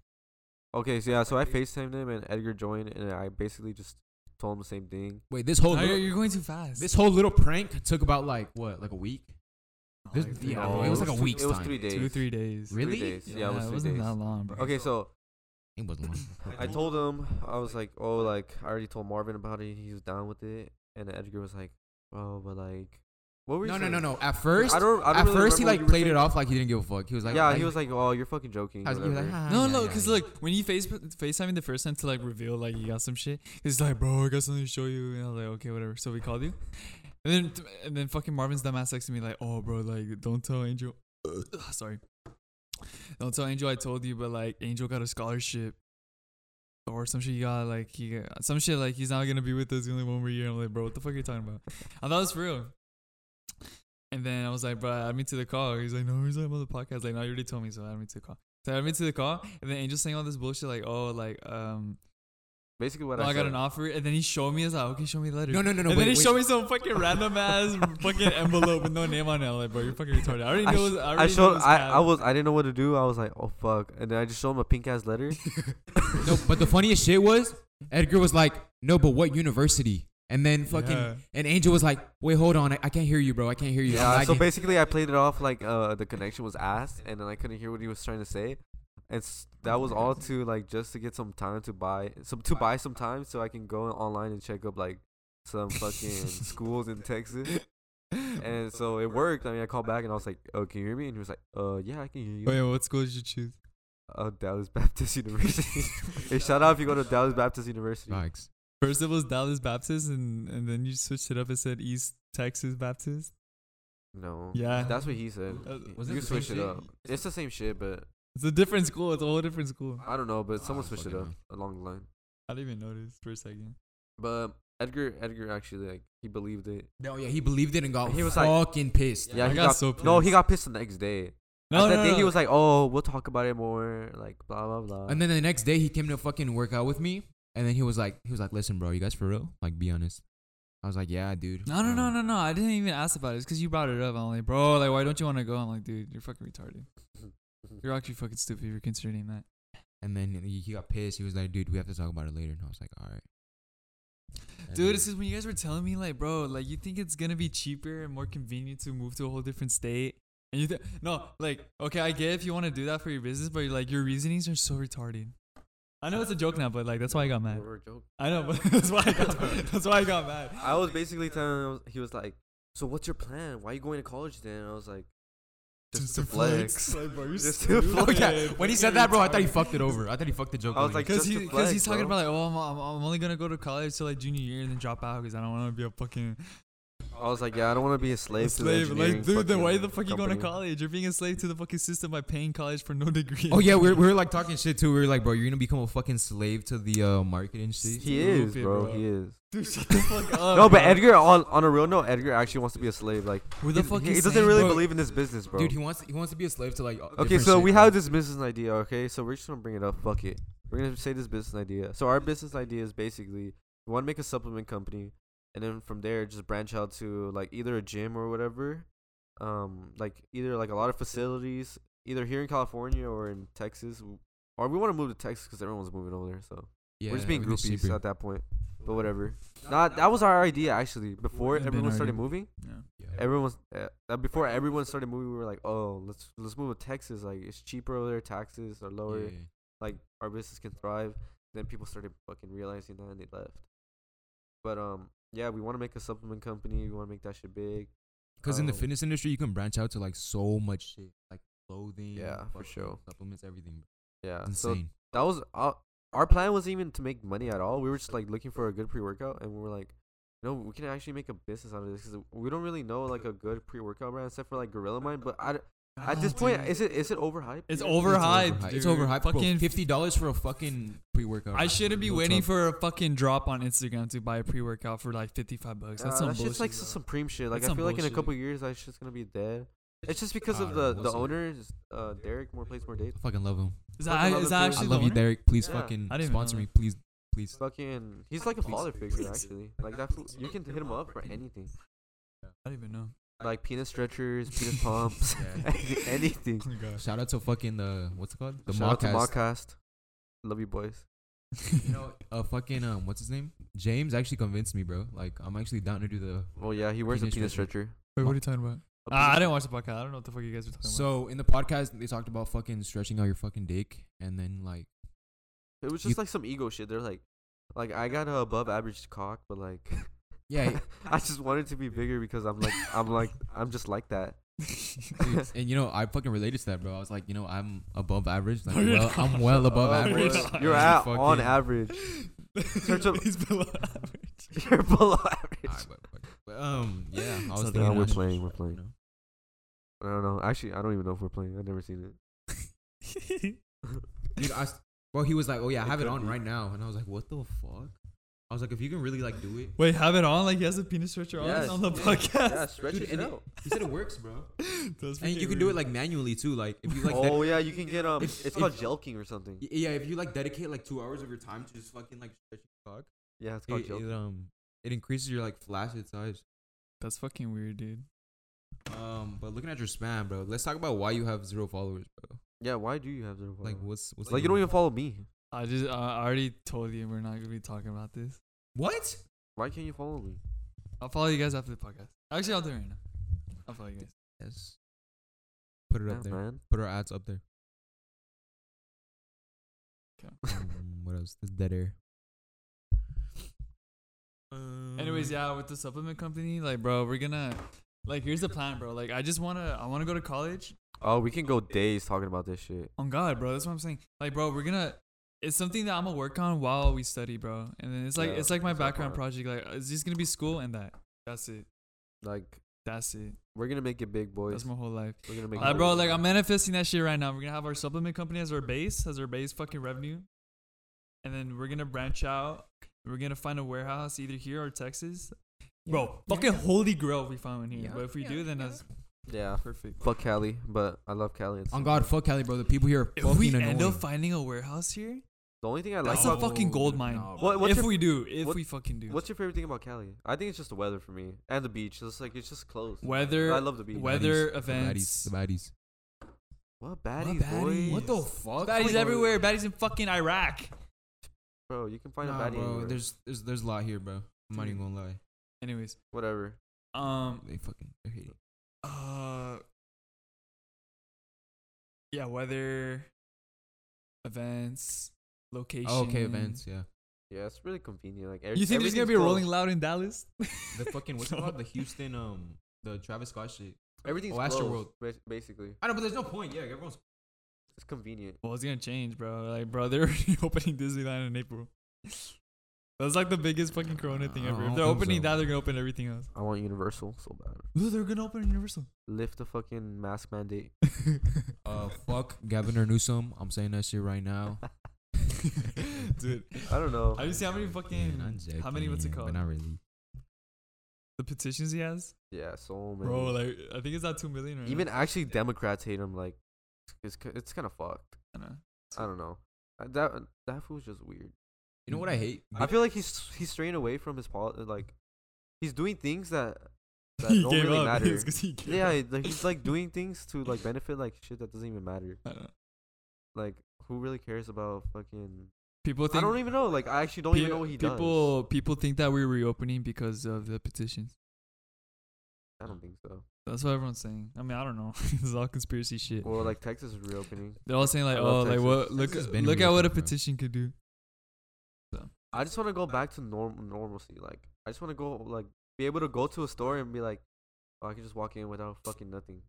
[SPEAKER 3] okay, so yeah, so I Facetimed him, and Edgar joined, and I basically just told him the same thing.
[SPEAKER 2] Wait, this
[SPEAKER 3] Oh,
[SPEAKER 2] whole
[SPEAKER 1] Now you're,
[SPEAKER 2] little,
[SPEAKER 1] you're going too fast
[SPEAKER 2] this whole little prank took about like what, like a week? This,
[SPEAKER 1] Like,
[SPEAKER 2] yeah,
[SPEAKER 1] no,
[SPEAKER 2] bro, it was like a
[SPEAKER 3] three-
[SPEAKER 2] week's
[SPEAKER 3] It was
[SPEAKER 2] time.
[SPEAKER 3] three days.
[SPEAKER 1] two three days
[SPEAKER 3] three
[SPEAKER 2] Really?
[SPEAKER 3] days. Yeah,
[SPEAKER 1] yeah,
[SPEAKER 3] it was
[SPEAKER 1] it
[SPEAKER 3] three
[SPEAKER 1] wasn't
[SPEAKER 3] days.
[SPEAKER 1] that long bro
[SPEAKER 3] Okay, so
[SPEAKER 2] It was long.
[SPEAKER 3] I told him I was like, oh, like I already told Marvin about it. He was down with it, and Edgar was like, oh, but like, what were you?
[SPEAKER 2] No, no,
[SPEAKER 3] saying?
[SPEAKER 2] no, no. At first,
[SPEAKER 3] I don't. I don't
[SPEAKER 2] at
[SPEAKER 3] really
[SPEAKER 2] first
[SPEAKER 3] remember what
[SPEAKER 2] he
[SPEAKER 3] you
[SPEAKER 2] like
[SPEAKER 3] were
[SPEAKER 2] played it
[SPEAKER 3] saying.
[SPEAKER 2] off like he didn't give a fuck. He was like,
[SPEAKER 3] yeah, he was like, "Oh, you're fucking joking."
[SPEAKER 2] I was, he was like,
[SPEAKER 3] whatever."
[SPEAKER 2] "Ah,
[SPEAKER 1] No,
[SPEAKER 2] yeah,
[SPEAKER 1] no,
[SPEAKER 2] yeah,
[SPEAKER 1] because
[SPEAKER 2] yeah."
[SPEAKER 1] look, when you face FaceTime the first time to like reveal like you got some shit, it's like, bro, I got something to show you, and I was like, okay, whatever. So we called you, and then and then fucking Marvin's dumbass texted me like, oh, bro, like don't tell Angel, sorry, don't tell Angel I told you, but like Angel got a scholarship. Or some shit you got like he got, some shit like he's not gonna be with us only one more year. I'm like, bro, what the fuck are you talking about? I thought it was for real. And then I was like, bro, add me to the call. He's like, no, he's like, I'm on the podcast. Like, no, you already told me, so add me to the call. So I went to the call, and then Angel saying all this bullshit, like, oh, like, um,
[SPEAKER 3] Basically, what
[SPEAKER 1] oh,
[SPEAKER 3] I,
[SPEAKER 1] I got
[SPEAKER 3] said.
[SPEAKER 1] an offer, and then he showed me, I was like, okay, show me the letter.
[SPEAKER 2] No, no, no, no.
[SPEAKER 1] and
[SPEAKER 2] wait,
[SPEAKER 1] then he
[SPEAKER 2] wait.
[SPEAKER 1] showed me some fucking random ass fucking envelope with no name on it. I'm like, bro, you're fucking retarded. I already knew.
[SPEAKER 3] I,
[SPEAKER 1] it was, I, already knew
[SPEAKER 3] sh- I
[SPEAKER 1] it
[SPEAKER 3] showed.
[SPEAKER 1] was
[SPEAKER 3] I,
[SPEAKER 1] bad.
[SPEAKER 3] I was. I didn't know what to do. I was like, "Oh fuck!" And then I just showed him a pink ass letter.
[SPEAKER 2] no, but the funniest shit was Edgar was like, no, but what university? And then fucking
[SPEAKER 1] Yeah.
[SPEAKER 2] and Angel was like, wait, hold on, I, I can't hear you, bro. I can't hear you. I'm
[SPEAKER 3] Yeah, so
[SPEAKER 2] lagging."
[SPEAKER 3] basically, I played it off like uh, the connection was ass, and then I couldn't hear what he was trying to say. It's that was all to like just to get some time to buy some to buy some time so I can go online and check up like some fucking schools in Texas. And so it worked. I mean, I called back and I was like, "Oh, can you hear me?" And he was like, "Uh, yeah, I can hear you."
[SPEAKER 1] Wait, what school did you choose?
[SPEAKER 3] Uh, Dallas Baptist University. hey, shout out if you go to Dallas Baptist University.
[SPEAKER 5] Facts.
[SPEAKER 1] First it was Dallas Baptist, and, and then you switched it up and said East Texas Baptist.
[SPEAKER 3] No.
[SPEAKER 1] Yeah.
[SPEAKER 3] That's what he said.
[SPEAKER 1] Uh,
[SPEAKER 5] was
[SPEAKER 3] you
[SPEAKER 5] it the same
[SPEAKER 3] switch it
[SPEAKER 5] shit?
[SPEAKER 3] up. It's the same shit, but
[SPEAKER 1] It's a different school. It's a whole different school.
[SPEAKER 3] I don't know. But someone
[SPEAKER 5] I
[SPEAKER 3] switched it
[SPEAKER 5] fucking
[SPEAKER 3] up along the line.
[SPEAKER 1] I didn't even notice for a second.
[SPEAKER 3] But Edgar, Edgar actually like he believed it.
[SPEAKER 2] no, yeah, he believed it and got
[SPEAKER 3] He was like-
[SPEAKER 2] fucking pissed.
[SPEAKER 3] Yeah,
[SPEAKER 1] I
[SPEAKER 3] he
[SPEAKER 1] got
[SPEAKER 3] got,
[SPEAKER 1] so
[SPEAKER 3] no, he
[SPEAKER 1] pissed.
[SPEAKER 3] got pissed the next day.
[SPEAKER 1] No,
[SPEAKER 3] and
[SPEAKER 1] no,
[SPEAKER 3] then
[SPEAKER 1] no.
[SPEAKER 3] he was like, "Oh, we'll talk about it more." Like blah blah blah.
[SPEAKER 2] And then the next day he came to fucking work out with me. And then he was like, he was like, listen, bro, you guys for real? Like, be honest. I was like, yeah, dude.
[SPEAKER 1] no, no, no,
[SPEAKER 2] Um,
[SPEAKER 1] no, no. I didn't even ask about it. It's because you brought it up. I'm like, bro, like, why don't you want to go? I'm like, dude, you're fucking retarded. You're actually fucking stupid if you're considering that.
[SPEAKER 2] And then he he got pissed. He was like, dude, we have to talk about it later. And I was like, all right. And
[SPEAKER 1] Dude,
[SPEAKER 2] then-
[SPEAKER 1] this is when you guys were telling me, like, bro, like, you think it's gonna be cheaper and more convenient to move to a whole different state? And you think, no, like, okay, I get if you want to do that for your business, but like, your reasonings are so retarded. I know it's a joke now, but like, that's why I got mad.
[SPEAKER 3] We were joking.
[SPEAKER 1] I know, but that's why I got, that's why I got mad.
[SPEAKER 3] I was basically telling him. He was like, "So what's your plan? Why are you going to college then?" And I was like, "Just, to flex."
[SPEAKER 1] Like, bro, you're
[SPEAKER 3] Just to
[SPEAKER 1] stupid.
[SPEAKER 3] flex.
[SPEAKER 2] Okay, when he said that, bro, I thought he fucked it over. I thought he fucked the joke.
[SPEAKER 3] I was
[SPEAKER 2] over.
[SPEAKER 3] like,
[SPEAKER 1] Cause
[SPEAKER 3] Just
[SPEAKER 1] he,
[SPEAKER 3] to
[SPEAKER 1] cause he's
[SPEAKER 3] flex,
[SPEAKER 1] talking
[SPEAKER 3] bro.
[SPEAKER 1] about like, oh, I'm, I'm, I'm only gonna go to college till like junior year and then drop out because I don't want to be a fucking
[SPEAKER 3] I was like, "Yeah, I don't want to be a slave,
[SPEAKER 1] slave.
[SPEAKER 3] to the
[SPEAKER 1] Like, dude, then why the fuck
[SPEAKER 3] fucking
[SPEAKER 1] you going to
[SPEAKER 3] company.
[SPEAKER 1] college? You're being a slave to the fucking system by paying college for no degree.
[SPEAKER 2] oh yeah, we were, we were like talking shit too. We were like, bro, you're gonna become a fucking slave to the uh, market and shit.
[SPEAKER 3] He is,
[SPEAKER 1] Stupid,
[SPEAKER 3] bro.
[SPEAKER 1] bro.
[SPEAKER 3] He is.
[SPEAKER 1] dude, shut the fuck up.
[SPEAKER 3] no, but
[SPEAKER 1] bro.
[SPEAKER 3] Edgar, on on a real note, Edgar actually wants to be a slave. Like,
[SPEAKER 1] We're
[SPEAKER 3] he,
[SPEAKER 1] the fucking
[SPEAKER 3] he doesn't
[SPEAKER 1] same,
[SPEAKER 3] really
[SPEAKER 1] bro.
[SPEAKER 3] believe in this business, bro.
[SPEAKER 2] Dude, he wants he wants to be a slave to like. uh,
[SPEAKER 3] Okay,
[SPEAKER 2] different
[SPEAKER 3] so
[SPEAKER 2] shit,
[SPEAKER 3] we
[SPEAKER 2] bro.
[SPEAKER 3] have this business idea, okay? So we're just gonna bring it up. Fuck it. We're gonna say this business idea. So our business idea is basically we wanna make a supplement company and then from there just branch out to like either a gym or whatever. Um like either like a lot of facilities, either here in California or in Texas. W- Or we wanna move to Texas because everyone's moving over there, so
[SPEAKER 2] Yeah,
[SPEAKER 3] we're just being
[SPEAKER 2] everything's
[SPEAKER 3] groupies
[SPEAKER 2] cheaper.
[SPEAKER 3] at that point. But whatever. Not that was our idea actually. Before
[SPEAKER 1] It's been
[SPEAKER 3] everyone
[SPEAKER 1] our
[SPEAKER 3] started
[SPEAKER 1] idea.
[SPEAKER 3] moving,
[SPEAKER 1] Yeah.
[SPEAKER 3] everyone's uh, uh, before everyone started moving, we were like, oh, let's let's move to Texas. Like it's cheaper over there. Taxes are
[SPEAKER 5] Yeah,
[SPEAKER 3] lower.
[SPEAKER 5] yeah, yeah.
[SPEAKER 3] Like our business can thrive. Then people started fucking realizing that and they left. But um, yeah, we want to make a supplement company. We want to make that shit big.
[SPEAKER 2] Because in the
[SPEAKER 3] um,
[SPEAKER 2] fitness industry, you can branch out to like so much shit, like clothing.
[SPEAKER 3] Yeah, for
[SPEAKER 5] fucking
[SPEAKER 3] sure.
[SPEAKER 5] Supplements, everything. bro.
[SPEAKER 3] Yeah.
[SPEAKER 2] It's
[SPEAKER 3] So
[SPEAKER 2] insane.
[SPEAKER 3] that was our our plan wasn't even to make money at all. We were just like looking for a good pre workout, and we were like, no, we can actually make a business out of this because we don't really know like a good pre workout brand except for like Gorilla Mind. But I d at this
[SPEAKER 1] Oh,
[SPEAKER 3] point,
[SPEAKER 1] dude.
[SPEAKER 3] is it is it overhyped?
[SPEAKER 1] It's
[SPEAKER 3] Yeah.
[SPEAKER 1] overhyped.
[SPEAKER 2] It's
[SPEAKER 1] dude.
[SPEAKER 2] overhyped. bro.
[SPEAKER 1] Fucking
[SPEAKER 2] fifty dollars for a fucking pre workout.
[SPEAKER 1] I shouldn't be waiting for a fucking drop on Instagram to buy a pre workout for like 55 bucks.
[SPEAKER 3] Nah,
[SPEAKER 1] That's some
[SPEAKER 3] that
[SPEAKER 1] bullshit.
[SPEAKER 3] shit's Uh, like some supreme shit. Like
[SPEAKER 1] That's
[SPEAKER 3] I
[SPEAKER 1] some
[SPEAKER 3] feel like in a
[SPEAKER 1] bullshit.
[SPEAKER 3] couple years that shit's gonna be dead. It's just because
[SPEAKER 5] I
[SPEAKER 3] of
[SPEAKER 5] don't know,
[SPEAKER 3] the
[SPEAKER 5] we'll
[SPEAKER 3] the
[SPEAKER 5] see.
[SPEAKER 3] owner, uh, Derek More Plays More Dates.
[SPEAKER 2] I fucking love him.
[SPEAKER 1] is
[SPEAKER 3] fucking
[SPEAKER 1] that, is
[SPEAKER 3] love the
[SPEAKER 1] that
[SPEAKER 3] food.
[SPEAKER 1] actually
[SPEAKER 2] I
[SPEAKER 1] the
[SPEAKER 2] love you,
[SPEAKER 1] owner?
[SPEAKER 2] Derek. Please
[SPEAKER 3] Yeah.
[SPEAKER 2] fucking
[SPEAKER 1] I didn't even know
[SPEAKER 2] sponsor
[SPEAKER 1] that.
[SPEAKER 2] me, please, please.
[SPEAKER 3] Fucking, he's like a father figure actually. Like that, fool- you can hit him up for anything.
[SPEAKER 1] I don't even know.
[SPEAKER 3] Like penis stretchers, penis pumps, anything.
[SPEAKER 1] Oh my gosh.
[SPEAKER 2] Shout out to fucking the what's it called? The
[SPEAKER 3] Shout out to
[SPEAKER 2] Mawcast.
[SPEAKER 3] Mawcast. Love you boys.
[SPEAKER 2] You know, uh, fucking um, what's his name? James actually convinced me, bro. Like, I'm actually down to do the.
[SPEAKER 3] Oh yeah, he wears
[SPEAKER 2] Penis
[SPEAKER 3] a penis
[SPEAKER 2] stretcher.
[SPEAKER 3] stretcher.
[SPEAKER 1] Wait, what are you talking about?
[SPEAKER 3] A
[SPEAKER 1] Ah, I
[SPEAKER 3] penis-
[SPEAKER 1] didn't watch the podcast. I don't know what the fuck you guys were talking about.
[SPEAKER 2] So in the podcast, they talked about fucking stretching out your fucking dick, and then like,
[SPEAKER 3] It was
[SPEAKER 2] you-
[SPEAKER 3] just like some ego shit. They're like, like I got a above average cock, but like,
[SPEAKER 2] yeah,
[SPEAKER 3] I just wanted to be bigger because I'm like, I'm like, I'm just like that.
[SPEAKER 2] dude, and you know, I fucking related to that, bro. I was like, you know, I'm above average. Like,
[SPEAKER 1] No, you're
[SPEAKER 2] well,
[SPEAKER 1] not.
[SPEAKER 2] I'm well above
[SPEAKER 3] Oh,
[SPEAKER 1] you're
[SPEAKER 2] average.
[SPEAKER 1] not.
[SPEAKER 3] You're
[SPEAKER 2] You
[SPEAKER 3] at on
[SPEAKER 2] fucking-
[SPEAKER 3] average. Search up-
[SPEAKER 1] He's below average.
[SPEAKER 3] You're below average.
[SPEAKER 2] Alright, but- but- but, um, yeah, I was
[SPEAKER 1] Something
[SPEAKER 2] thinking
[SPEAKER 1] wrong
[SPEAKER 3] we're
[SPEAKER 1] with
[SPEAKER 2] that.
[SPEAKER 3] playing. We're playing.
[SPEAKER 2] know?
[SPEAKER 3] I don't know. Actually, I don't even know if we're playing. I've never seen it.
[SPEAKER 2] Dude, I s- bro, he was like, oh yeah, I
[SPEAKER 3] It
[SPEAKER 2] have it
[SPEAKER 3] could
[SPEAKER 2] on
[SPEAKER 3] be.
[SPEAKER 2] right now, and I was like, what the fuck? I was like, if you can really like do it,
[SPEAKER 1] Wait, have it on? Like he has a penis stretcher on
[SPEAKER 3] Yes.
[SPEAKER 1] on the podcast?
[SPEAKER 3] stretch
[SPEAKER 2] Dude, and it- he said it works, bro.
[SPEAKER 1] That's
[SPEAKER 2] And you
[SPEAKER 1] freaking
[SPEAKER 2] can do it
[SPEAKER 1] weird.
[SPEAKER 2] like manually too, like if you like.
[SPEAKER 3] oh yeah, you can get um.
[SPEAKER 2] If-
[SPEAKER 3] it's
[SPEAKER 2] if-
[SPEAKER 3] called jelking or something.
[SPEAKER 2] Y- Yeah, if you like dedicate like two hours of your time to just fucking like stretch your cock,
[SPEAKER 3] Yeah, it's called
[SPEAKER 2] it,
[SPEAKER 3] jelking.
[SPEAKER 2] it, um it increases your like flaccid size.
[SPEAKER 1] That's fucking weird, dude.
[SPEAKER 2] Um, but looking at your spam, bro, let's talk about why you have zero followers, bro.
[SPEAKER 3] Yeah, why do you have zero?
[SPEAKER 2] Like
[SPEAKER 3] followers?
[SPEAKER 2] what's what's
[SPEAKER 3] like
[SPEAKER 2] the
[SPEAKER 3] you don't
[SPEAKER 2] reason?
[SPEAKER 3] even follow me.
[SPEAKER 1] I just I already told you we're not gonna be talking about this.
[SPEAKER 2] What?
[SPEAKER 3] Why can't you follow me?
[SPEAKER 1] I'll follow you guys after the podcast. Actually, I'll do it right now. I'll follow you guys.
[SPEAKER 4] Yes.
[SPEAKER 2] Put it
[SPEAKER 3] Yeah,
[SPEAKER 2] up there.
[SPEAKER 3] man.
[SPEAKER 2] Put our ads up there.
[SPEAKER 1] 'Kay.
[SPEAKER 2] um, what else? This dead air.
[SPEAKER 1] Anyways,
[SPEAKER 2] Um,
[SPEAKER 1] yeah, with the supplement company, like, bro, we're gonna, like, here's the plan, bro. Like, I just wanna, I wanna go to college.
[SPEAKER 3] Oh, we can go days talking about this shit.
[SPEAKER 1] On God, bro, that's what I'm saying. Like, bro, we're gonna, it's something that I'm gonna work on while we study, bro. And then it's like,
[SPEAKER 3] Yeah,
[SPEAKER 1] it's like my
[SPEAKER 3] that's our
[SPEAKER 1] background
[SPEAKER 3] plan.
[SPEAKER 1] project. Like, it's just gonna be school and that. That's it.
[SPEAKER 3] Like
[SPEAKER 1] That's it.
[SPEAKER 3] we're gonna make it big, boys.
[SPEAKER 1] That's my whole life.
[SPEAKER 3] We're gonna make
[SPEAKER 1] Uh,
[SPEAKER 3] it
[SPEAKER 1] bro,
[SPEAKER 3] big.
[SPEAKER 1] like I'm manifesting that shit right now. We're gonna have our supplement company as our base, as our base fucking revenue, and then we're gonna branch out. We're gonna find a warehouse either here or Texas, bro. Fucking holy grail if we find one here.
[SPEAKER 4] Yeah.
[SPEAKER 1] But if we do, then that's
[SPEAKER 3] yeah.
[SPEAKER 1] perfect.
[SPEAKER 3] Fuck Cali, but I love Cali. It's
[SPEAKER 2] On God, fuck Cali, bro. The people here are
[SPEAKER 1] If
[SPEAKER 2] fucking
[SPEAKER 1] we
[SPEAKER 2] annoying.
[SPEAKER 1] end up finding a warehouse here,
[SPEAKER 3] the only thing I like
[SPEAKER 1] that's a
[SPEAKER 3] about
[SPEAKER 1] fucking gold
[SPEAKER 2] No,
[SPEAKER 1] mine.
[SPEAKER 2] bro.
[SPEAKER 3] What- what's
[SPEAKER 1] if
[SPEAKER 3] your-
[SPEAKER 1] we do, if
[SPEAKER 3] what-
[SPEAKER 1] we fucking do,
[SPEAKER 3] What's your favorite thing about Cali? I think it's just the weather for me and the beach. It's like it's just close.
[SPEAKER 1] weather,
[SPEAKER 3] I love the beach.
[SPEAKER 1] weather
[SPEAKER 2] The baddies,
[SPEAKER 1] events.
[SPEAKER 2] The baddies.
[SPEAKER 3] What
[SPEAKER 1] What
[SPEAKER 3] baddies,
[SPEAKER 1] baddies?
[SPEAKER 3] boys?
[SPEAKER 1] What the
[SPEAKER 2] fuck?
[SPEAKER 1] baddies everywhere. Baddies in fucking Iraq.
[SPEAKER 3] Bro, you can find
[SPEAKER 2] nah,
[SPEAKER 3] a baddie.
[SPEAKER 2] bro.
[SPEAKER 3] anywhere.
[SPEAKER 2] There's there's there's a lot here, bro. I'm not even gonna lie.
[SPEAKER 1] Anyways,
[SPEAKER 3] Whatever.
[SPEAKER 1] um,
[SPEAKER 2] They fucking they're hating.
[SPEAKER 1] Uh, yeah, weather, events, location.
[SPEAKER 2] Oh, okay, events. Yeah.
[SPEAKER 3] Yeah, it's really convenient. Like every,
[SPEAKER 1] You think there's gonna
[SPEAKER 3] everything's
[SPEAKER 1] be a
[SPEAKER 3] close.
[SPEAKER 1] Rolling Loud in Dallas?
[SPEAKER 2] The fucking what's it
[SPEAKER 1] No.
[SPEAKER 2] called? The Houston um the Travis Scott shit.
[SPEAKER 3] Everything's
[SPEAKER 2] Oh,
[SPEAKER 3] close,
[SPEAKER 2] Astroworld.
[SPEAKER 3] ba- basically.
[SPEAKER 2] I know, but there's no point. Yeah, everyone's.
[SPEAKER 3] It's convenient.
[SPEAKER 1] Well, it's gonna change, bro. Like, bro, they're already opening Disneyland in April. That's like the biggest fucking Corona thing
[SPEAKER 2] I
[SPEAKER 1] ever. If
[SPEAKER 2] don't
[SPEAKER 1] they're
[SPEAKER 2] think
[SPEAKER 1] opening
[SPEAKER 2] Oh, so.
[SPEAKER 1] that, they're gonna open everything else.
[SPEAKER 3] I want Universal so bad.
[SPEAKER 1] Ooh, they're gonna open Universal.
[SPEAKER 3] Lift the fucking mask mandate.
[SPEAKER 2] Uh, fuck Governor Newsom. I'm saying that shit right now.
[SPEAKER 1] Dude,
[SPEAKER 3] I don't know.
[SPEAKER 1] have you seen how many fucking
[SPEAKER 2] Man, I'm
[SPEAKER 1] how many what's it
[SPEAKER 2] joking,
[SPEAKER 1] called?
[SPEAKER 2] But not really.
[SPEAKER 1] the petitions he has,
[SPEAKER 3] Yeah, so many.
[SPEAKER 1] bro. Like, I think it's at two million. Right
[SPEAKER 3] Even actually, Democrats hate him. Like, it's ki- it's kind of fucked.
[SPEAKER 1] I don't know.
[SPEAKER 3] I don't know. Uh, That that fool's just weird.
[SPEAKER 2] You know what I hate?
[SPEAKER 3] I feel like he's he's straying away from his poli- uh, Like, he's doing things that that
[SPEAKER 1] he
[SPEAKER 3] don't
[SPEAKER 1] gave
[SPEAKER 3] really
[SPEAKER 1] up.
[SPEAKER 3] matter.
[SPEAKER 1] It's 'cause he gave
[SPEAKER 3] yeah,
[SPEAKER 1] up.
[SPEAKER 3] it- like, he's like doing things to like benefit like shit that doesn't even matter.
[SPEAKER 1] I don't know.
[SPEAKER 3] Like, who really cares about fucking?
[SPEAKER 1] People
[SPEAKER 3] I
[SPEAKER 1] think
[SPEAKER 3] don't even know. Like, I actually don't even
[SPEAKER 1] Pe-
[SPEAKER 3] know what he
[SPEAKER 1] people people think that we're reopening because of the petitions.
[SPEAKER 3] does. I don't think so.
[SPEAKER 1] That's what everyone's saying. I mean, I don't know. this is all conspiracy shit.
[SPEAKER 3] Well, like Texas is reopening.
[SPEAKER 1] They're all saying like,
[SPEAKER 3] I
[SPEAKER 1] oh,
[SPEAKER 3] love
[SPEAKER 1] like
[SPEAKER 3] Texas.
[SPEAKER 1] what? Look,
[SPEAKER 2] Texas has been
[SPEAKER 1] look at what a
[SPEAKER 2] reopened, bro.
[SPEAKER 1] petition could do.
[SPEAKER 3] I just want to go back to norm- normalcy. Like, I just want to go like be able to go to a store and be like, oh, I can just walk in without fucking nothing.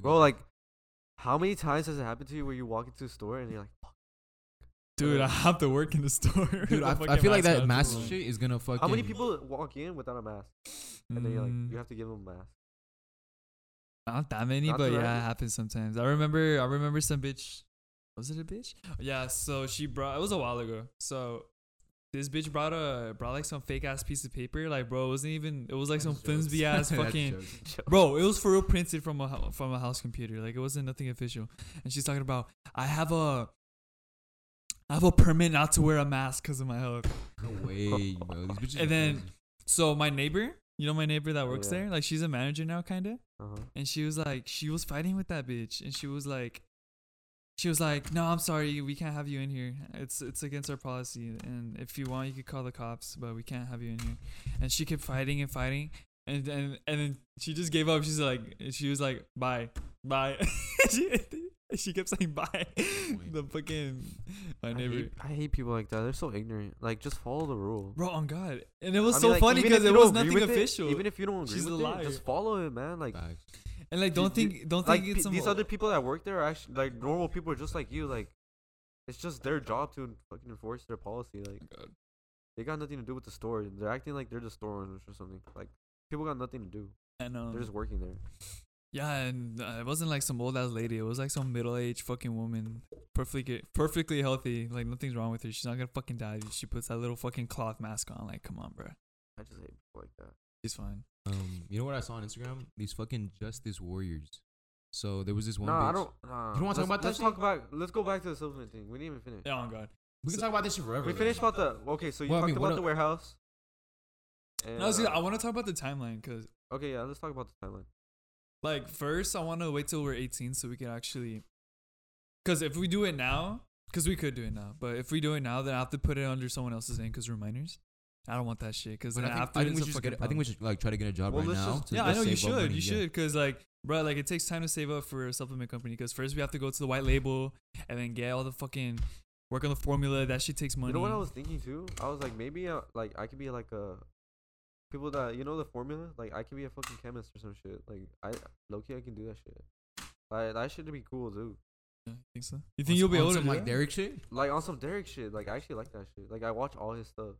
[SPEAKER 3] Bro, like, how many times has it happened to you where you walk into a store and you're like, fuck.
[SPEAKER 1] Dude, I have to work in the store.
[SPEAKER 2] dude,
[SPEAKER 1] The
[SPEAKER 2] I, I
[SPEAKER 1] fucking
[SPEAKER 2] feel like
[SPEAKER 1] mask
[SPEAKER 2] that
[SPEAKER 1] on.
[SPEAKER 2] mask shit is gonna fucking.
[SPEAKER 3] how many people walk in without a mask?
[SPEAKER 1] Mm.
[SPEAKER 3] And then you're like, you have to give them a mask.
[SPEAKER 1] Not that many,
[SPEAKER 3] Not
[SPEAKER 1] but
[SPEAKER 3] that
[SPEAKER 1] yeah, it
[SPEAKER 3] many?
[SPEAKER 1] happens sometimes. I remember, I remember some bitch. Was it a bitch? Yeah. So she brought. It was a while ago. So this bitch brought a brought like some fake ass piece of paper. Like, bro, it wasn't even. It was like some flimsy ass fucking. Bro, it was for real printed from a hou- from a house computer. Like it wasn't nothing official. And she's talking about I have a I have a permit not to wear a mask because of my health.
[SPEAKER 2] No way, bro. These bitches
[SPEAKER 1] And
[SPEAKER 2] are
[SPEAKER 1] then-
[SPEAKER 2] crazy.
[SPEAKER 1] So my neighbor, you know my neighbor that works
[SPEAKER 3] Yeah.
[SPEAKER 1] there, like she's a manager now, kinda.
[SPEAKER 3] Uh-huh.
[SPEAKER 1] And she was like, she was fighting with that bitch, and she was like, she was like, no, I'm sorry, we can't have you in here. It's it's against our policy, and if you want, you could call the cops, but we can't have you in here. And she kept fighting and fighting, and and and then she just gave up. She's like, she was like, bye, bye. she, she kept saying bye. the fucking my
[SPEAKER 3] I
[SPEAKER 1] neighbor.
[SPEAKER 3] hate, I hate people like that. They're so ignorant. Like, just follow the rule.
[SPEAKER 1] Bro, on God, and it was
[SPEAKER 3] I mean,
[SPEAKER 1] so
[SPEAKER 3] like,
[SPEAKER 1] funny
[SPEAKER 3] even
[SPEAKER 1] 'cause funny because
[SPEAKER 3] if you
[SPEAKER 1] it
[SPEAKER 3] don't
[SPEAKER 1] was
[SPEAKER 3] agree
[SPEAKER 1] nothing
[SPEAKER 3] with it,
[SPEAKER 1] official.
[SPEAKER 3] even if you don't agree
[SPEAKER 1] She's a
[SPEAKER 3] with
[SPEAKER 1] liar.
[SPEAKER 3] it, just follow it, man. Like,
[SPEAKER 2] Facts.
[SPEAKER 1] and like, don't
[SPEAKER 3] you-
[SPEAKER 1] think, don't
[SPEAKER 3] like
[SPEAKER 1] think
[SPEAKER 3] pe-
[SPEAKER 1] it's some
[SPEAKER 3] these other people that work there are actually like normal people, are just like you. Like, it's just their job to fucking enforce their policy. Like,
[SPEAKER 1] God.
[SPEAKER 3] they got nothing to do with the store. They're acting like they're the store owners or something. Like, people got nothing to do.
[SPEAKER 1] And, um,
[SPEAKER 3] They're just working there.
[SPEAKER 1] Yeah, and uh, it wasn't like some old ass lady. It was like some middle aged fucking woman, perfectly ge- perfectly healthy. Like nothing's wrong with her. She's not gonna fucking die. if She puts that little fucking cloth mask on. Like, come on, bro.
[SPEAKER 3] I just hate people like that.
[SPEAKER 1] She's fine.
[SPEAKER 2] Um, you know what I saw on Instagram? These fucking Justice Warriors. So there was this one.
[SPEAKER 3] No,
[SPEAKER 2] bitch.
[SPEAKER 3] I don't. Nah.
[SPEAKER 2] You wanna talk
[SPEAKER 3] let's-
[SPEAKER 2] about that
[SPEAKER 3] Let's
[SPEAKER 2] shit?
[SPEAKER 3] talk about. Let's go back to the supplement thing. We didn't even finish.
[SPEAKER 1] Yeah, on God.
[SPEAKER 2] We can talk about this shit forever.
[SPEAKER 3] We
[SPEAKER 2] though.
[SPEAKER 3] finished about the. Okay, so you
[SPEAKER 2] Well, I
[SPEAKER 3] talked
[SPEAKER 2] mean, what
[SPEAKER 3] about
[SPEAKER 2] el-
[SPEAKER 3] the warehouse. And,
[SPEAKER 1] No, I, was gonna-
[SPEAKER 3] uh,
[SPEAKER 1] I want to talk about the timeline because,
[SPEAKER 3] okay, yeah, let's talk about the timeline.
[SPEAKER 1] like, first I want to wait till we're 18 so we can actually. Because if we do it now, because we could do it now, but if we do it now, then I have to put it under someone else's name because we're minors. I don't want that shit because
[SPEAKER 2] But
[SPEAKER 1] then
[SPEAKER 2] I think,
[SPEAKER 1] after
[SPEAKER 2] I think
[SPEAKER 1] it's
[SPEAKER 2] we
[SPEAKER 1] a
[SPEAKER 2] should just
[SPEAKER 1] fucking
[SPEAKER 2] get. I think we should like try to get a job
[SPEAKER 3] Well,
[SPEAKER 2] right
[SPEAKER 3] let's
[SPEAKER 2] now.
[SPEAKER 3] just-
[SPEAKER 2] to
[SPEAKER 1] yeah, I
[SPEAKER 2] just
[SPEAKER 1] know you
[SPEAKER 2] save up
[SPEAKER 1] should.
[SPEAKER 2] money,
[SPEAKER 1] you
[SPEAKER 2] yeah.
[SPEAKER 1] should because like, bro, like it takes time to save up for a supplement company because first we have to go to the white label and then get all the fucking work on the formula. That shit takes money.
[SPEAKER 3] You know what I was thinking too? I was like, maybe uh, like I could be like a people that you know the formula. Like I could be a fucking chemist or some shit. Like I low key I can do that shit. Like that shit would be cool too.
[SPEAKER 1] Yeah, you think so? You
[SPEAKER 2] On
[SPEAKER 1] think you'll be
[SPEAKER 2] some-
[SPEAKER 1] able
[SPEAKER 2] on
[SPEAKER 1] to
[SPEAKER 2] some,
[SPEAKER 1] do
[SPEAKER 2] like
[SPEAKER 1] that?
[SPEAKER 2] Derek shit?
[SPEAKER 3] Like on some Derek shit. Like I actually like that shit. Like I watch all his stuff.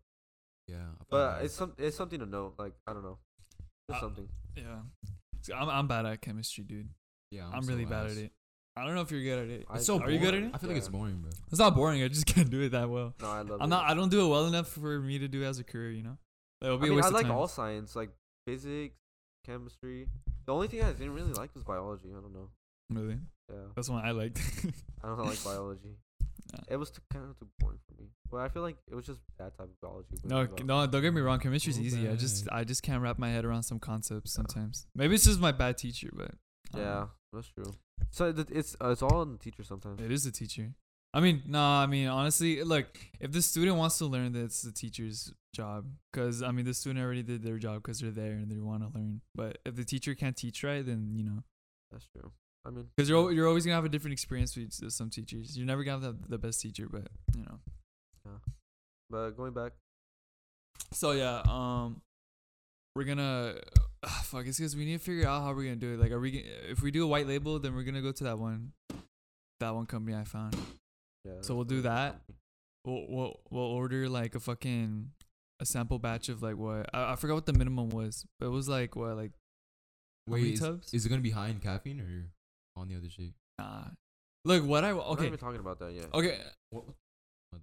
[SPEAKER 2] Yeah. I
[SPEAKER 3] But
[SPEAKER 2] probably
[SPEAKER 3] it's some it's something to know. Like I don't know. Just
[SPEAKER 1] Uh,
[SPEAKER 3] something.
[SPEAKER 1] Yeah. So I'm I'm bad at chemistry, dude.
[SPEAKER 2] would. yeah,
[SPEAKER 1] I'm, really
[SPEAKER 2] so
[SPEAKER 1] bad
[SPEAKER 2] ass.
[SPEAKER 1] at it. I don't know if you're good at it.
[SPEAKER 3] I-
[SPEAKER 2] It's so
[SPEAKER 1] Are you good at
[SPEAKER 2] boring.
[SPEAKER 1] it?
[SPEAKER 2] I feel like it's
[SPEAKER 3] Yeah.
[SPEAKER 2] boring, bro.
[SPEAKER 1] It's not boring. I just can't do it that well.
[SPEAKER 3] No, I love.
[SPEAKER 1] I'm
[SPEAKER 3] it.
[SPEAKER 1] not. I don't do it well enough for me to do as a career. You know, Like, it'll
[SPEAKER 3] I
[SPEAKER 1] be a
[SPEAKER 3] mean,
[SPEAKER 1] waste
[SPEAKER 3] I
[SPEAKER 1] of
[SPEAKER 3] like
[SPEAKER 1] time.
[SPEAKER 3] all science, like physics, chemistry. The only thing I didn't really like was biology. I don't know.
[SPEAKER 1] Really,
[SPEAKER 3] Yeah,
[SPEAKER 1] that's one I liked.
[SPEAKER 3] I don't like biology.
[SPEAKER 1] Nah.
[SPEAKER 3] It was too, kind of too boring for me. But I feel like it was just that type of biology. with
[SPEAKER 1] No,
[SPEAKER 3] about-
[SPEAKER 1] no, don't get me wrong. Chemistry's
[SPEAKER 2] So
[SPEAKER 1] easy. I just,
[SPEAKER 2] bad.
[SPEAKER 1] I just can't wrap my head around some concepts
[SPEAKER 3] Yeah.
[SPEAKER 1] sometimes. Maybe it's just my bad teacher, but I don't
[SPEAKER 3] Yeah,
[SPEAKER 1] know.
[SPEAKER 3] that's true. So it, it's uh, it's all on the teacher sometimes.
[SPEAKER 1] it is the teacher. I mean, no, I mean, honestly, look, if the student wants to learn, that's the teacher's job. Cause I mean, the student already did their job because they're there and they want to learn. But if the teacher can't teach right, then you know,
[SPEAKER 3] That's true. I mean,
[SPEAKER 1] because you're al- you're always gonna have a different experience with s- some teachers. You're never gonna have the, the best teacher, but you know.
[SPEAKER 3] but going back,
[SPEAKER 1] So yeah, um, we're gonna ah, fuck. It's because we need to figure out how we're gonna do it. Like, are we g- if we do a white label, then we're gonna go to that one, that one company I found.
[SPEAKER 3] yeah. that's
[SPEAKER 1] we'll do
[SPEAKER 3] what I
[SPEAKER 1] that.
[SPEAKER 3] think.
[SPEAKER 1] We'll we'll, we'll order like a fucking a sample batch of like what I, I forgot what the minimum was, but it was like what like how many
[SPEAKER 2] Wait, is,
[SPEAKER 1] tubs?
[SPEAKER 2] is it gonna be high in caffeine or on the other shit?
[SPEAKER 1] nah. Look what I
[SPEAKER 3] We're not
[SPEAKER 1] okay Oh,
[SPEAKER 3] even talking about that yet.
[SPEAKER 1] okay
[SPEAKER 2] What? what-
[SPEAKER 3] The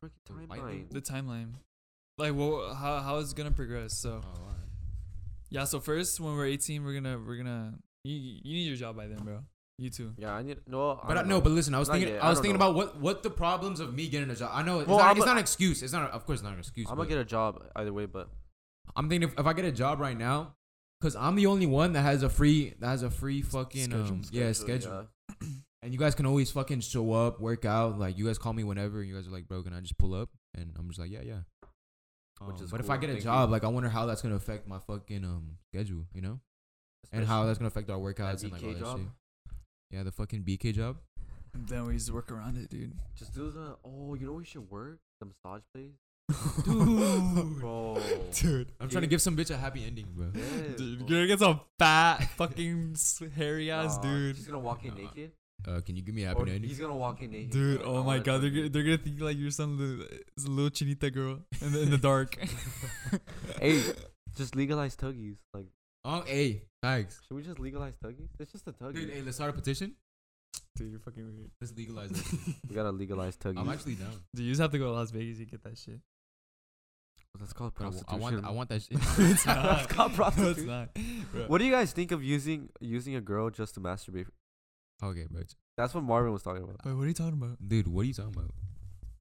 [SPEAKER 2] the
[SPEAKER 3] freaking
[SPEAKER 2] white
[SPEAKER 3] timeline.
[SPEAKER 1] the timeline. Like what how how is it gonna progress?
[SPEAKER 2] Oh,
[SPEAKER 1] So
[SPEAKER 2] all right.
[SPEAKER 1] yeah, so first when we're 18, we're gonna we're gonna you you need your job by then, bro. You too.
[SPEAKER 3] Yeah, I need no.
[SPEAKER 2] But I,
[SPEAKER 3] don't
[SPEAKER 2] no,
[SPEAKER 3] know.
[SPEAKER 2] but listen, I was
[SPEAKER 3] Not
[SPEAKER 2] thinking,
[SPEAKER 3] yet,
[SPEAKER 2] I
[SPEAKER 3] I
[SPEAKER 2] was
[SPEAKER 3] don't
[SPEAKER 2] thinking
[SPEAKER 3] know.
[SPEAKER 2] about what what the problems of me getting a job. I know it's,
[SPEAKER 3] Well,
[SPEAKER 2] not,
[SPEAKER 3] I'm
[SPEAKER 2] it's
[SPEAKER 3] a-
[SPEAKER 2] not an excuse. It's not, of course, not an excuse.
[SPEAKER 3] I'm
[SPEAKER 2] but
[SPEAKER 3] gonna get a job either way. But
[SPEAKER 2] I'm thinking if, if I get a job right now, because I'm the only one that has a free that has a free fucking
[SPEAKER 1] Schedule.
[SPEAKER 2] um yeah schedule, and you guys can always fucking show up, work out. Like you guys call me whenever, and you guys are like, bro, can I just pull up? And I'm just like, yeah, yeah.
[SPEAKER 3] Which
[SPEAKER 2] Um,
[SPEAKER 3] is
[SPEAKER 2] but if
[SPEAKER 3] cool,
[SPEAKER 2] I get a
[SPEAKER 3] thank you.
[SPEAKER 2] job, like I wonder how that's gonna affect my fucking um schedule, you know, and how that's gonna affect our workouts and like
[SPEAKER 3] BK
[SPEAKER 2] all that
[SPEAKER 3] job?
[SPEAKER 2] shit. Yeah, the fucking BK job.
[SPEAKER 1] Then we just work around it, dude.
[SPEAKER 3] Just do the. Oh, you know we should work the massage place,
[SPEAKER 1] Dude.
[SPEAKER 3] bro.
[SPEAKER 1] Dude.
[SPEAKER 2] I'm trying to give some bitch a happy ending, bro.
[SPEAKER 3] Yes,
[SPEAKER 1] Dude,
[SPEAKER 3] bro.
[SPEAKER 1] you're gonna get some fat, fucking hairy ass
[SPEAKER 3] Nah,
[SPEAKER 1] dude.
[SPEAKER 3] He's gonna walk in
[SPEAKER 2] Nah.
[SPEAKER 3] naked.
[SPEAKER 2] Uh, can you give me a
[SPEAKER 3] Or
[SPEAKER 2] happy ending?
[SPEAKER 3] he's gonna walk in naked.
[SPEAKER 1] Dude,
[SPEAKER 3] bro.
[SPEAKER 1] oh
[SPEAKER 3] I
[SPEAKER 1] my
[SPEAKER 3] wanna
[SPEAKER 1] god, they're
[SPEAKER 3] fucking-
[SPEAKER 1] gonna, they're gonna think like you're some little, some little chinita girl in the, in the dark.
[SPEAKER 3] Hey, just legalize tuggies. Like,
[SPEAKER 2] Oh, hey, thanks.
[SPEAKER 3] should we just legalize tuggies? It's just a tuggy.
[SPEAKER 2] Dude, hey, let's start a petition.
[SPEAKER 1] dude, you're fucking weird.
[SPEAKER 2] Let's legalize it.
[SPEAKER 3] we gotta legalize tuggies.
[SPEAKER 2] I'm actually down.
[SPEAKER 1] Dude, you just have to go to Las Vegas and get that shit.
[SPEAKER 3] That's called
[SPEAKER 2] But I,
[SPEAKER 3] prostitution.
[SPEAKER 2] I want, I want that shit.
[SPEAKER 1] it's
[SPEAKER 3] That's called
[SPEAKER 1] No, it's
[SPEAKER 3] prostitution.
[SPEAKER 1] not. Bro.
[SPEAKER 3] What do you guys think of using using a girl just to masturbate?
[SPEAKER 2] okay, bro.
[SPEAKER 3] That's what Marvin was talking about.
[SPEAKER 1] Wait, what are you talking about?
[SPEAKER 2] Dude, what are you talking about?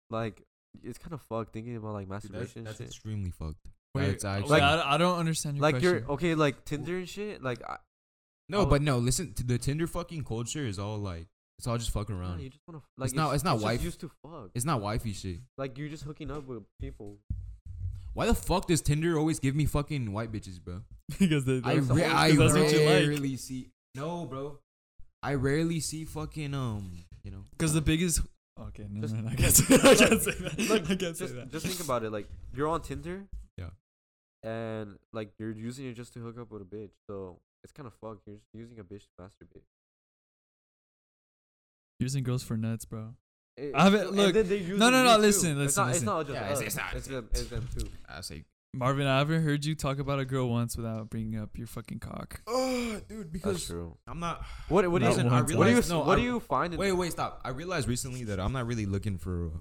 [SPEAKER 3] Like, it's kind of fucked thinking about like
[SPEAKER 2] Dude, that's,
[SPEAKER 3] masturbation and
[SPEAKER 2] that's
[SPEAKER 3] shit.
[SPEAKER 2] extremely fucked.
[SPEAKER 1] Wait,
[SPEAKER 2] That's actually-
[SPEAKER 1] like, I, I don't understand your
[SPEAKER 3] Like
[SPEAKER 1] question.
[SPEAKER 3] you're okay, like Tinder and shit. Like, I,
[SPEAKER 2] No,
[SPEAKER 3] Oh.
[SPEAKER 2] but no. Listen, to the Tinder fucking culture is all like, it's all just fucking
[SPEAKER 3] nah,
[SPEAKER 2] around.
[SPEAKER 3] you just wanna f- like
[SPEAKER 2] not- it's not
[SPEAKER 3] just
[SPEAKER 2] wife.
[SPEAKER 3] used to fuck.
[SPEAKER 2] It's not wifey shit.
[SPEAKER 3] like you're just hooking up with people.
[SPEAKER 2] Why the fuck does Tinder always give me fucking white bitches, bro?
[SPEAKER 1] because they,
[SPEAKER 2] I,
[SPEAKER 1] that's
[SPEAKER 2] ra-
[SPEAKER 1] what-
[SPEAKER 2] I
[SPEAKER 1] because that's what you
[SPEAKER 2] rarely
[SPEAKER 1] like.
[SPEAKER 2] see. No, bro. I rarely see fucking um. You know.
[SPEAKER 1] Because the biggest. Okay, no,
[SPEAKER 3] Just-
[SPEAKER 1] no, no, I can't say I can't say that.
[SPEAKER 3] Look,
[SPEAKER 1] I can't say
[SPEAKER 3] just,
[SPEAKER 1] that.
[SPEAKER 3] just think about it. Like you're on Tinder.
[SPEAKER 2] Yeah.
[SPEAKER 3] And like you're using it just to hook up with a bitch, so it's kind of fucked. You're just using a bitch to masturbate.
[SPEAKER 1] Using girls for nuts, bro.
[SPEAKER 3] It-
[SPEAKER 1] I haven't-
[SPEAKER 3] and
[SPEAKER 1] look,
[SPEAKER 3] then they're using
[SPEAKER 1] no, no,
[SPEAKER 3] you, too.
[SPEAKER 1] listen,
[SPEAKER 3] It's
[SPEAKER 1] listen,
[SPEAKER 3] not,
[SPEAKER 1] listen.
[SPEAKER 3] It's not just
[SPEAKER 2] Yeah,
[SPEAKER 3] us.
[SPEAKER 2] it's-
[SPEAKER 3] It's,
[SPEAKER 2] it's not-
[SPEAKER 3] them. It's them too.
[SPEAKER 2] I say.
[SPEAKER 1] Marvin, I haven't heard you talk about a girl once without bringing up your fucking cock.
[SPEAKER 2] Oh, dude,
[SPEAKER 3] That's true.
[SPEAKER 2] I'm not.
[SPEAKER 3] What? What do you?
[SPEAKER 1] Listen, I
[SPEAKER 3] What do you?
[SPEAKER 2] realized- no,
[SPEAKER 3] what do
[SPEAKER 2] I-
[SPEAKER 3] you find? In,
[SPEAKER 2] Wait, wait, stop. I realized recently that I'm not really looking for.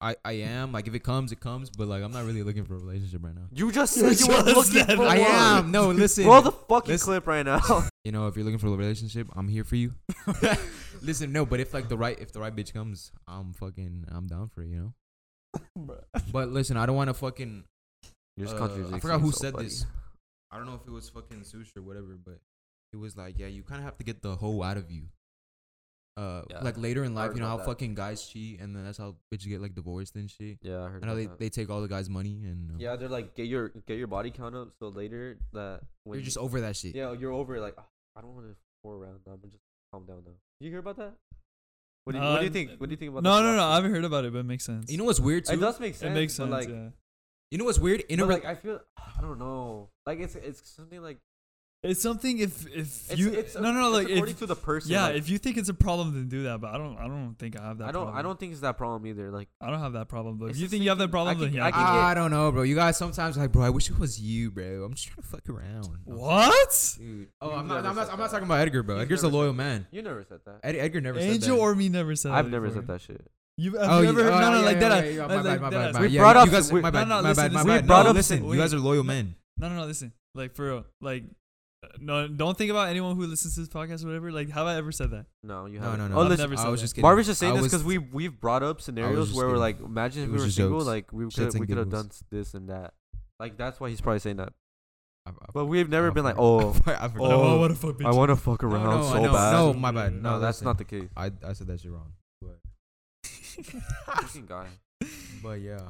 [SPEAKER 2] I I am like if it comes, it comes, but like I'm not really looking for a relationship right now.
[SPEAKER 3] You just
[SPEAKER 1] You
[SPEAKER 3] said you were
[SPEAKER 1] just
[SPEAKER 3] looking
[SPEAKER 1] said
[SPEAKER 3] for
[SPEAKER 1] that.
[SPEAKER 2] I
[SPEAKER 3] one.
[SPEAKER 2] am. No, listen.
[SPEAKER 3] Roll the fucking
[SPEAKER 2] Listen.
[SPEAKER 3] clip right now.
[SPEAKER 2] you know, if you're looking for a relationship, I'm here for you. listen, no, but if like the right if the right bitch comes, I'm fucking I'm down for it, you know. But listen, I don't want to fucking.
[SPEAKER 3] You're
[SPEAKER 2] Uh, I forgot who said this. I don't know if it was fucking Sush or whatever, but it was like, yeah, you kind of have to get the hoe out of you. uh
[SPEAKER 3] Yeah.
[SPEAKER 2] like later in life,
[SPEAKER 3] heard
[SPEAKER 2] you know how
[SPEAKER 3] about that.
[SPEAKER 2] fucking guys cheat and then that's how bitches get like divorced and shit.
[SPEAKER 3] Yeah, I heard.
[SPEAKER 2] I know
[SPEAKER 3] about
[SPEAKER 2] they,
[SPEAKER 3] that.
[SPEAKER 2] they take all the guys' money and uh,
[SPEAKER 3] Yeah, they're like get your get your body count up so later that when
[SPEAKER 4] You're
[SPEAKER 3] you-
[SPEAKER 4] just over that shit.
[SPEAKER 3] yeah you're over it, like "Ah, I don't want to four around. I'm gonna just calm down now. You hear about that? What do you, what do you
[SPEAKER 1] Uh,
[SPEAKER 3] think? What do you think about?
[SPEAKER 1] No,
[SPEAKER 3] that
[SPEAKER 1] no, no. I
[SPEAKER 3] philosophy?
[SPEAKER 1] haven't heard about it, but it makes sense.
[SPEAKER 2] You know what's weird too?
[SPEAKER 3] it does make sense.
[SPEAKER 1] it makes
[SPEAKER 3] but,
[SPEAKER 1] sense.
[SPEAKER 3] Like,
[SPEAKER 1] yeah.
[SPEAKER 2] you know what's weird? In a
[SPEAKER 3] but,
[SPEAKER 2] re-
[SPEAKER 3] like I feel I don't know. Like it's it's something like
[SPEAKER 1] It's something if if
[SPEAKER 3] it's,
[SPEAKER 1] you
[SPEAKER 3] it's
[SPEAKER 1] no no no
[SPEAKER 3] it's
[SPEAKER 1] like
[SPEAKER 3] according
[SPEAKER 1] if,
[SPEAKER 3] to the person.
[SPEAKER 1] yeah
[SPEAKER 3] like,
[SPEAKER 1] if you think it's a problem then do that but I don't I don't think I have that.
[SPEAKER 3] I don't I
[SPEAKER 1] problem.
[SPEAKER 3] don't think it's that problem either. Like
[SPEAKER 1] I don't have that problem. But if
[SPEAKER 3] It's
[SPEAKER 1] you
[SPEAKER 3] just
[SPEAKER 1] think you have that
[SPEAKER 3] thinking- I
[SPEAKER 1] problem, then
[SPEAKER 3] can-
[SPEAKER 1] yeah.
[SPEAKER 3] I
[SPEAKER 1] I
[SPEAKER 3] can
[SPEAKER 2] Ah,
[SPEAKER 1] can-
[SPEAKER 3] get-
[SPEAKER 4] I don't know, bro. You guys sometimes like, bro. I wish it was you, bro. I'm just trying to fuck around. No,
[SPEAKER 1] what?
[SPEAKER 2] Dude. Oh,
[SPEAKER 3] You've
[SPEAKER 2] I'm not,
[SPEAKER 3] never
[SPEAKER 2] I'm, not,
[SPEAKER 3] said
[SPEAKER 2] I'm not
[SPEAKER 3] that.
[SPEAKER 2] talking about Edgar, bro.
[SPEAKER 3] You've
[SPEAKER 2] Edgar's a
[SPEAKER 3] never
[SPEAKER 2] loyal man.
[SPEAKER 3] you never said that.
[SPEAKER 2] Ed- Edgar never said that.
[SPEAKER 1] Angel or me never said.
[SPEAKER 3] I've
[SPEAKER 1] that
[SPEAKER 3] never
[SPEAKER 1] before.
[SPEAKER 3] said that shit.
[SPEAKER 1] You've
[SPEAKER 2] Oh,
[SPEAKER 1] I've
[SPEAKER 2] you-
[SPEAKER 1] never heard
[SPEAKER 2] oh,
[SPEAKER 1] no no
[SPEAKER 2] yeah,
[SPEAKER 1] like
[SPEAKER 2] yeah,
[SPEAKER 1] that. uh,
[SPEAKER 2] yeah, yeah,
[SPEAKER 1] like-
[SPEAKER 2] My bad, my
[SPEAKER 1] like that.
[SPEAKER 2] bad, my bad.
[SPEAKER 3] We
[SPEAKER 2] Yeah,
[SPEAKER 3] brought
[SPEAKER 2] you
[SPEAKER 3] up-
[SPEAKER 2] guys-
[SPEAKER 3] we-
[SPEAKER 2] My
[SPEAKER 1] no,
[SPEAKER 2] bad,
[SPEAKER 1] no,
[SPEAKER 2] my bad,
[SPEAKER 1] listen,
[SPEAKER 2] my
[SPEAKER 1] we
[SPEAKER 2] bad.
[SPEAKER 1] brought
[SPEAKER 2] No,
[SPEAKER 1] up-
[SPEAKER 2] Listen, you
[SPEAKER 1] wait.
[SPEAKER 2] guys are loyal men.
[SPEAKER 1] No, no, no. Listen, like for real, like uh, no, don't think about anyone who listens to this podcast or whatever. Like, have I ever said that?
[SPEAKER 3] No, you
[SPEAKER 2] No,
[SPEAKER 3] haven't.
[SPEAKER 2] no, no.
[SPEAKER 3] Oh,
[SPEAKER 2] I've
[SPEAKER 3] listen,
[SPEAKER 1] never said
[SPEAKER 2] I was
[SPEAKER 1] that.
[SPEAKER 2] just kidding.
[SPEAKER 3] Marvin's just saying
[SPEAKER 2] I
[SPEAKER 3] this
[SPEAKER 2] was-
[SPEAKER 3] because we we've brought up scenarios
[SPEAKER 2] just
[SPEAKER 3] where we're like,
[SPEAKER 2] kidding.
[SPEAKER 3] imagine if
[SPEAKER 2] It
[SPEAKER 3] we
[SPEAKER 2] was
[SPEAKER 3] were
[SPEAKER 2] just
[SPEAKER 3] single,
[SPEAKER 2] jokes.
[SPEAKER 3] like we
[SPEAKER 2] Shits
[SPEAKER 3] could we
[SPEAKER 2] and
[SPEAKER 3] could have
[SPEAKER 2] giggles.
[SPEAKER 3] done s- this and that. Like that's why he's probably saying that.
[SPEAKER 2] I- I-
[SPEAKER 3] But we've never
[SPEAKER 2] I
[SPEAKER 3] been like,
[SPEAKER 2] forgot.
[SPEAKER 3] oh,
[SPEAKER 2] I forgot.
[SPEAKER 1] Like,
[SPEAKER 3] Oh,
[SPEAKER 1] what a fuck bitch.
[SPEAKER 3] I want to fuck
[SPEAKER 2] No,
[SPEAKER 3] around
[SPEAKER 2] no, I
[SPEAKER 3] so
[SPEAKER 2] know.
[SPEAKER 3] bad. Mm,
[SPEAKER 2] No, my bad. No,
[SPEAKER 1] No,
[SPEAKER 3] No, that's
[SPEAKER 2] listen.
[SPEAKER 3] not the case.
[SPEAKER 2] I, I said that shit wrong. But,
[SPEAKER 3] Fucking guy.
[SPEAKER 2] but yeah.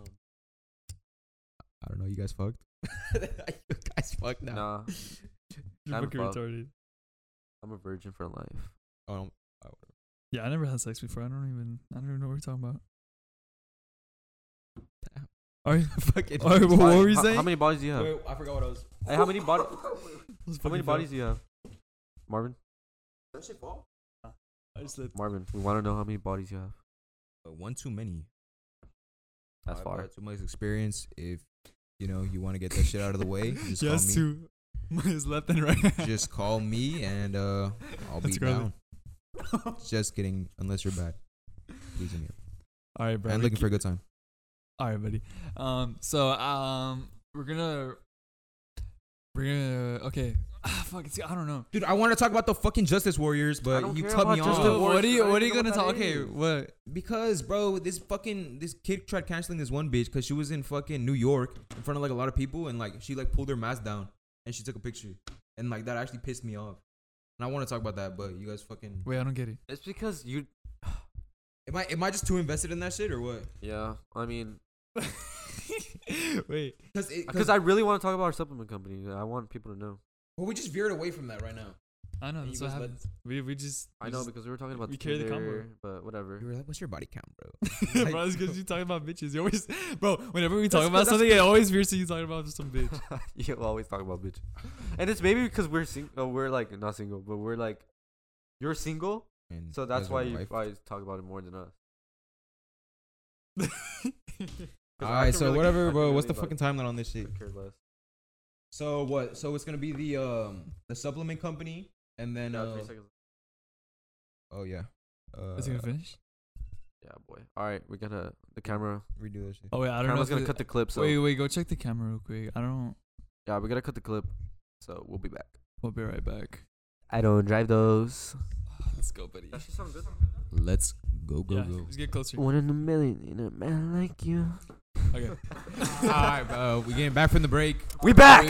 [SPEAKER 2] I don't know. You guys fucked? you guys fucked now.
[SPEAKER 3] Nah,
[SPEAKER 1] You're
[SPEAKER 3] I'm
[SPEAKER 1] fucking
[SPEAKER 3] fucked.
[SPEAKER 1] retarded.
[SPEAKER 3] I'm a virgin for life.
[SPEAKER 2] Oh, no.
[SPEAKER 1] Yeah, I never had sex before. I don't even. I don't even know what we're talking about.
[SPEAKER 2] Damn.
[SPEAKER 1] Are you?
[SPEAKER 2] Fucking.
[SPEAKER 1] All right, what were you
[SPEAKER 3] How-
[SPEAKER 1] saying?
[SPEAKER 3] How many bodies do you have?
[SPEAKER 2] Wait, I forgot what I was.
[SPEAKER 3] Hey, how many body?
[SPEAKER 1] Let's
[SPEAKER 3] How many
[SPEAKER 1] fucking go.
[SPEAKER 3] bodies do you have? Marvin,
[SPEAKER 1] I just lit-
[SPEAKER 3] Marvin, we want to know how many bodies you have.
[SPEAKER 2] Uh, one too many.
[SPEAKER 3] That's
[SPEAKER 2] I've
[SPEAKER 3] far.
[SPEAKER 2] got too much experience. If you know you want to get that shit out of the way, just
[SPEAKER 1] yes,
[SPEAKER 2] call me.
[SPEAKER 1] two. His left and right.
[SPEAKER 2] Just call me and uh, I'll
[SPEAKER 1] That's
[SPEAKER 2] be
[SPEAKER 1] gross.
[SPEAKER 2] down. Just kidding. Unless you're bad, please hit me up.
[SPEAKER 1] All right, bro.
[SPEAKER 2] I'm
[SPEAKER 1] we
[SPEAKER 2] looking
[SPEAKER 1] keep-
[SPEAKER 2] for a good time.
[SPEAKER 1] All right, buddy. Um, so um, we're gonna we're gonna okay. Ah, fuck. It's, I don't know. Uh,
[SPEAKER 2] Dude, I want to talk about the fucking Justice Warriors, but
[SPEAKER 3] don't
[SPEAKER 2] you
[SPEAKER 3] care
[SPEAKER 2] cut
[SPEAKER 3] about
[SPEAKER 2] me off.
[SPEAKER 3] Justice
[SPEAKER 1] What,
[SPEAKER 3] Warriors.
[SPEAKER 1] are you
[SPEAKER 3] I don't
[SPEAKER 1] What are you
[SPEAKER 3] even
[SPEAKER 1] gonna
[SPEAKER 3] know
[SPEAKER 1] talk?
[SPEAKER 3] what that
[SPEAKER 1] Okay,
[SPEAKER 3] is.
[SPEAKER 1] what?
[SPEAKER 2] Because, bro, this fucking this kid tried canceling this one bitch because she was in fucking New York in front of like a lot of people, and like she like pulled her mask down and she took a picture, and like that actually pissed me off. And I want to talk about that, but you guys fucking
[SPEAKER 1] Wait, I don't get it.
[SPEAKER 3] It's because you.
[SPEAKER 2] am I am I just too invested in that shit or what?
[SPEAKER 3] Yeah, I mean,
[SPEAKER 1] Wait.
[SPEAKER 2] Because because
[SPEAKER 3] because I really want to talk about our supplement company. I want people to know.
[SPEAKER 2] well, we just veered away from that right now.
[SPEAKER 1] I know
[SPEAKER 2] And
[SPEAKER 1] that's
[SPEAKER 2] you
[SPEAKER 1] what
[SPEAKER 2] guys let-
[SPEAKER 1] happens. We we just
[SPEAKER 3] I know because we were talking about
[SPEAKER 1] we carry the combo.
[SPEAKER 3] Tinder, but whatever.
[SPEAKER 2] You were like, what's your body count, bro?
[SPEAKER 1] because bro, it's 'cause you talking about bitches. You always, bro. Whenever we talk
[SPEAKER 2] That's-
[SPEAKER 1] about
[SPEAKER 2] that's-
[SPEAKER 1] something, it always veers to you talking about some bitch.
[SPEAKER 3] you always talk about bitch. And it's maybe because we're sing- oh, we're like not single, but we're like you're single,
[SPEAKER 2] And
[SPEAKER 3] so
[SPEAKER 2] you
[SPEAKER 3] that's
[SPEAKER 2] guys
[SPEAKER 3] why
[SPEAKER 2] are
[SPEAKER 3] you
[SPEAKER 2] wife.
[SPEAKER 3] guys talk about it more than us. 'Cause
[SPEAKER 2] All
[SPEAKER 3] I
[SPEAKER 2] right,
[SPEAKER 3] can
[SPEAKER 2] so
[SPEAKER 3] really- I
[SPEAKER 2] whatever,
[SPEAKER 3] can
[SPEAKER 2] bro. What's the
[SPEAKER 3] really,
[SPEAKER 2] fucking
[SPEAKER 3] like,
[SPEAKER 2] timeline on this shit?
[SPEAKER 3] Care less.
[SPEAKER 2] So what? So it's gonna be the um the supplement company, and then
[SPEAKER 3] Yeah, three
[SPEAKER 2] uh,
[SPEAKER 3] seconds.
[SPEAKER 2] oh yeah, uh,
[SPEAKER 1] Is he gonna finish?
[SPEAKER 3] Yeah, boy. All right, we gotta the camera.
[SPEAKER 2] redo that shit.
[SPEAKER 1] Oh wait, I don't know.
[SPEAKER 3] Camera's
[SPEAKER 1] if
[SPEAKER 3] gonna
[SPEAKER 1] it-
[SPEAKER 3] cut the clip. So
[SPEAKER 1] Wait, wait. Go check the camera real quick. I don't.
[SPEAKER 3] yeah, we gotta cut the clip. So we'll be back.
[SPEAKER 1] We'll be right back.
[SPEAKER 3] I don't drive those.
[SPEAKER 1] Let's go, buddy.
[SPEAKER 3] sound good.
[SPEAKER 2] Let's go go
[SPEAKER 1] yeah,
[SPEAKER 2] go.
[SPEAKER 1] Let's get closer.
[SPEAKER 3] One in a million in a man like you.
[SPEAKER 1] Okay.
[SPEAKER 2] All right, bro. We getting back from the break.
[SPEAKER 3] We back.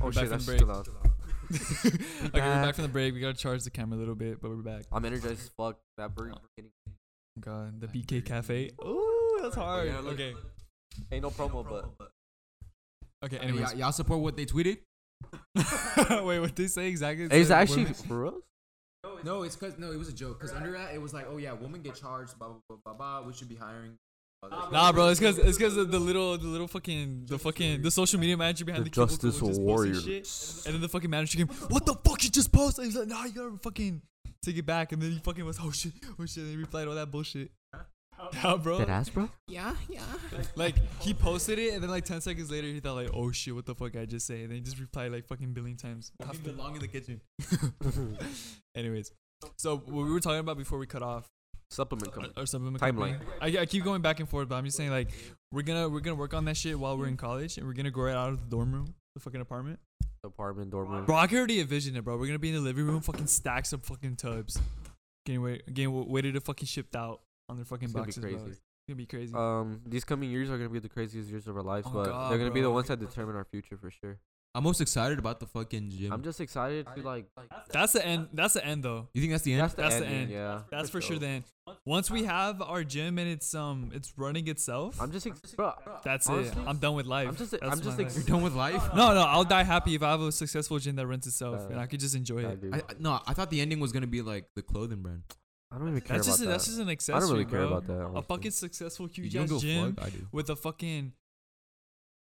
[SPEAKER 1] We're
[SPEAKER 3] Oh
[SPEAKER 1] back
[SPEAKER 3] shit, that's
[SPEAKER 1] from
[SPEAKER 3] still loud.
[SPEAKER 1] okay, we're back
[SPEAKER 3] back.
[SPEAKER 1] from the break. We gotta charge the camera a little bit, but we're back. Oh,
[SPEAKER 3] I'm energized as fuck. That burger getting-
[SPEAKER 1] God, the BK Cafe. Ooh, that's
[SPEAKER 2] Oh,
[SPEAKER 1] hard.
[SPEAKER 3] Yeah, look.
[SPEAKER 1] Okay.
[SPEAKER 3] Ain't no promo, but
[SPEAKER 1] Okay.
[SPEAKER 2] Anyways,
[SPEAKER 1] Anyways.
[SPEAKER 2] y'all support what they tweeted?
[SPEAKER 1] wait, what they say exactly?
[SPEAKER 3] is
[SPEAKER 1] that
[SPEAKER 3] that actually for us?
[SPEAKER 2] No, it's cause no, it was a joke. Cause under that, it was like, oh yeah, women get charged, blah blah blah blah. blah. We should be hiring.
[SPEAKER 1] Nah, bro. It's cause it's cause of the little the little fucking the fucking the social media manager behind the,
[SPEAKER 3] The
[SPEAKER 1] cubicle
[SPEAKER 3] Justice
[SPEAKER 1] was just posting
[SPEAKER 3] Warriors.
[SPEAKER 1] shit, and then the fucking manager came. What the fuck you just posted? He's like, nah, you gotta fucking take it back. And then he fucking was, oh shit, oh shit. And he replied all that bullshit. Yeah, bro.
[SPEAKER 3] Dead ass, bro.
[SPEAKER 4] Yeah, yeah.
[SPEAKER 1] Like he posted it, and then like ten seconds later, he thought like, "Oh shit, what the fuck I just say?" And then he just replied like fucking billion times. After.
[SPEAKER 2] Long in the kitchen.
[SPEAKER 1] Anyways, so what we were talking about before we cut off,
[SPEAKER 3] Supplement
[SPEAKER 1] or,
[SPEAKER 3] company.
[SPEAKER 1] or something.
[SPEAKER 3] Timeline.
[SPEAKER 1] I, I keep going back and forth, but I'm just saying like we're gonna we're gonna work on that shit while we're in college, and we're gonna go right out of the dorm room, the fucking apartment.
[SPEAKER 3] Apartment, dorm room.
[SPEAKER 1] Bro, I can already envision it, bro. We're gonna be in the living room, fucking stacks of fucking tubs, getting wait, getting wa- waited to fucking shipped out on their fucking
[SPEAKER 3] It's gonna be
[SPEAKER 1] boxes, bro.
[SPEAKER 3] crazy. Uh,
[SPEAKER 1] It's gonna be crazy.
[SPEAKER 3] Um, these coming years are gonna be the craziest years of our lives,
[SPEAKER 1] Oh
[SPEAKER 3] but
[SPEAKER 1] God,
[SPEAKER 3] they're gonna be the
[SPEAKER 1] bro.
[SPEAKER 3] ones that determine our future for sure.
[SPEAKER 2] I'm most excited about the fucking gym.
[SPEAKER 3] I'm just excited to like.
[SPEAKER 1] That's the end. That's the end, though.
[SPEAKER 2] you think that's the end?
[SPEAKER 3] That's the
[SPEAKER 1] That's
[SPEAKER 3] end.
[SPEAKER 1] the end.
[SPEAKER 3] Yeah.
[SPEAKER 1] That's for sure the end. Once we have our gym and it's um it's running itself,
[SPEAKER 3] I'm just, ex- bro.
[SPEAKER 1] that's
[SPEAKER 3] honestly,
[SPEAKER 1] it. I'm done with life.
[SPEAKER 3] I'm just-
[SPEAKER 1] That's
[SPEAKER 3] I'm just
[SPEAKER 1] my
[SPEAKER 3] ex-
[SPEAKER 1] life.
[SPEAKER 2] You're done with life?
[SPEAKER 1] No, no, I'll die happy if I have a successful gym that runs itself
[SPEAKER 3] Uh,
[SPEAKER 1] and I could just enjoy
[SPEAKER 3] I,
[SPEAKER 1] it.
[SPEAKER 3] do.
[SPEAKER 2] I, I- no, I thought the ending was gonna be like the clothing brand.
[SPEAKER 3] I don't even care
[SPEAKER 1] That's
[SPEAKER 3] about
[SPEAKER 1] just
[SPEAKER 3] that.
[SPEAKER 1] that's just an
[SPEAKER 3] I
[SPEAKER 1] accessory,
[SPEAKER 3] don't really care
[SPEAKER 1] bro.
[SPEAKER 3] about that.
[SPEAKER 1] a
[SPEAKER 3] honestly.
[SPEAKER 1] fucking successful
[SPEAKER 2] You
[SPEAKER 1] huge
[SPEAKER 2] don't
[SPEAKER 1] ass
[SPEAKER 2] go
[SPEAKER 1] gym
[SPEAKER 2] fuck. I do.
[SPEAKER 1] with a fucking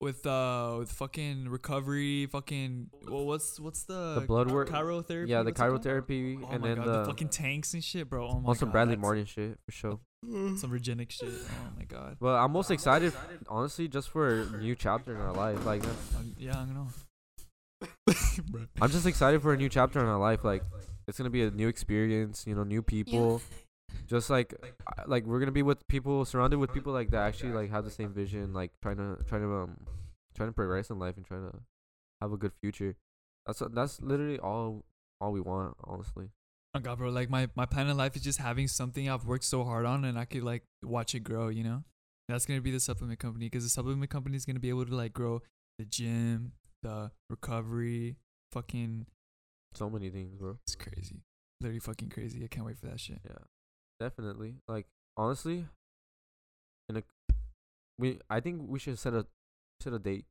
[SPEAKER 1] with uh with fucking recovery fucking well, what's what's the
[SPEAKER 3] The blood work-
[SPEAKER 1] chirotherapy
[SPEAKER 3] Yeah, the
[SPEAKER 1] what's it called?
[SPEAKER 3] chirotherapy
[SPEAKER 1] oh
[SPEAKER 3] and
[SPEAKER 1] my
[SPEAKER 3] then
[SPEAKER 1] god
[SPEAKER 3] the,
[SPEAKER 1] the, fucking tanks and shit bro oh my
[SPEAKER 3] on some
[SPEAKER 1] god,
[SPEAKER 3] Bradley
[SPEAKER 1] that's
[SPEAKER 3] Martin shit for sure.
[SPEAKER 1] some regenic shit oh my god
[SPEAKER 3] But I'm most excited, honestly, just for a new chapter in our life. Like,
[SPEAKER 1] Um, yeah I know Bro.
[SPEAKER 3] I'm just excited for a new chapter in our life. Like, it's gonna be a new experience. You know, new people. Just like, I- like we're gonna be with people surrounded with people like that actually like have the same vision. Like trying to trying to um trying to progress in life and trying to have a good future. That's that's literally all all we want, honestly.
[SPEAKER 1] oh god bro like my my plan in life is just having something I've worked so hard on and I could like watch it grow you know that's gonna be the supplement company because the supplement company is gonna be able to like grow the gym the recovery fucking
[SPEAKER 3] So many things, bro.
[SPEAKER 1] It's crazy. Literally fucking crazy. I can't wait for that shit.
[SPEAKER 3] Yeah, definitely. Like honestly, in a we I think we should set a set a date.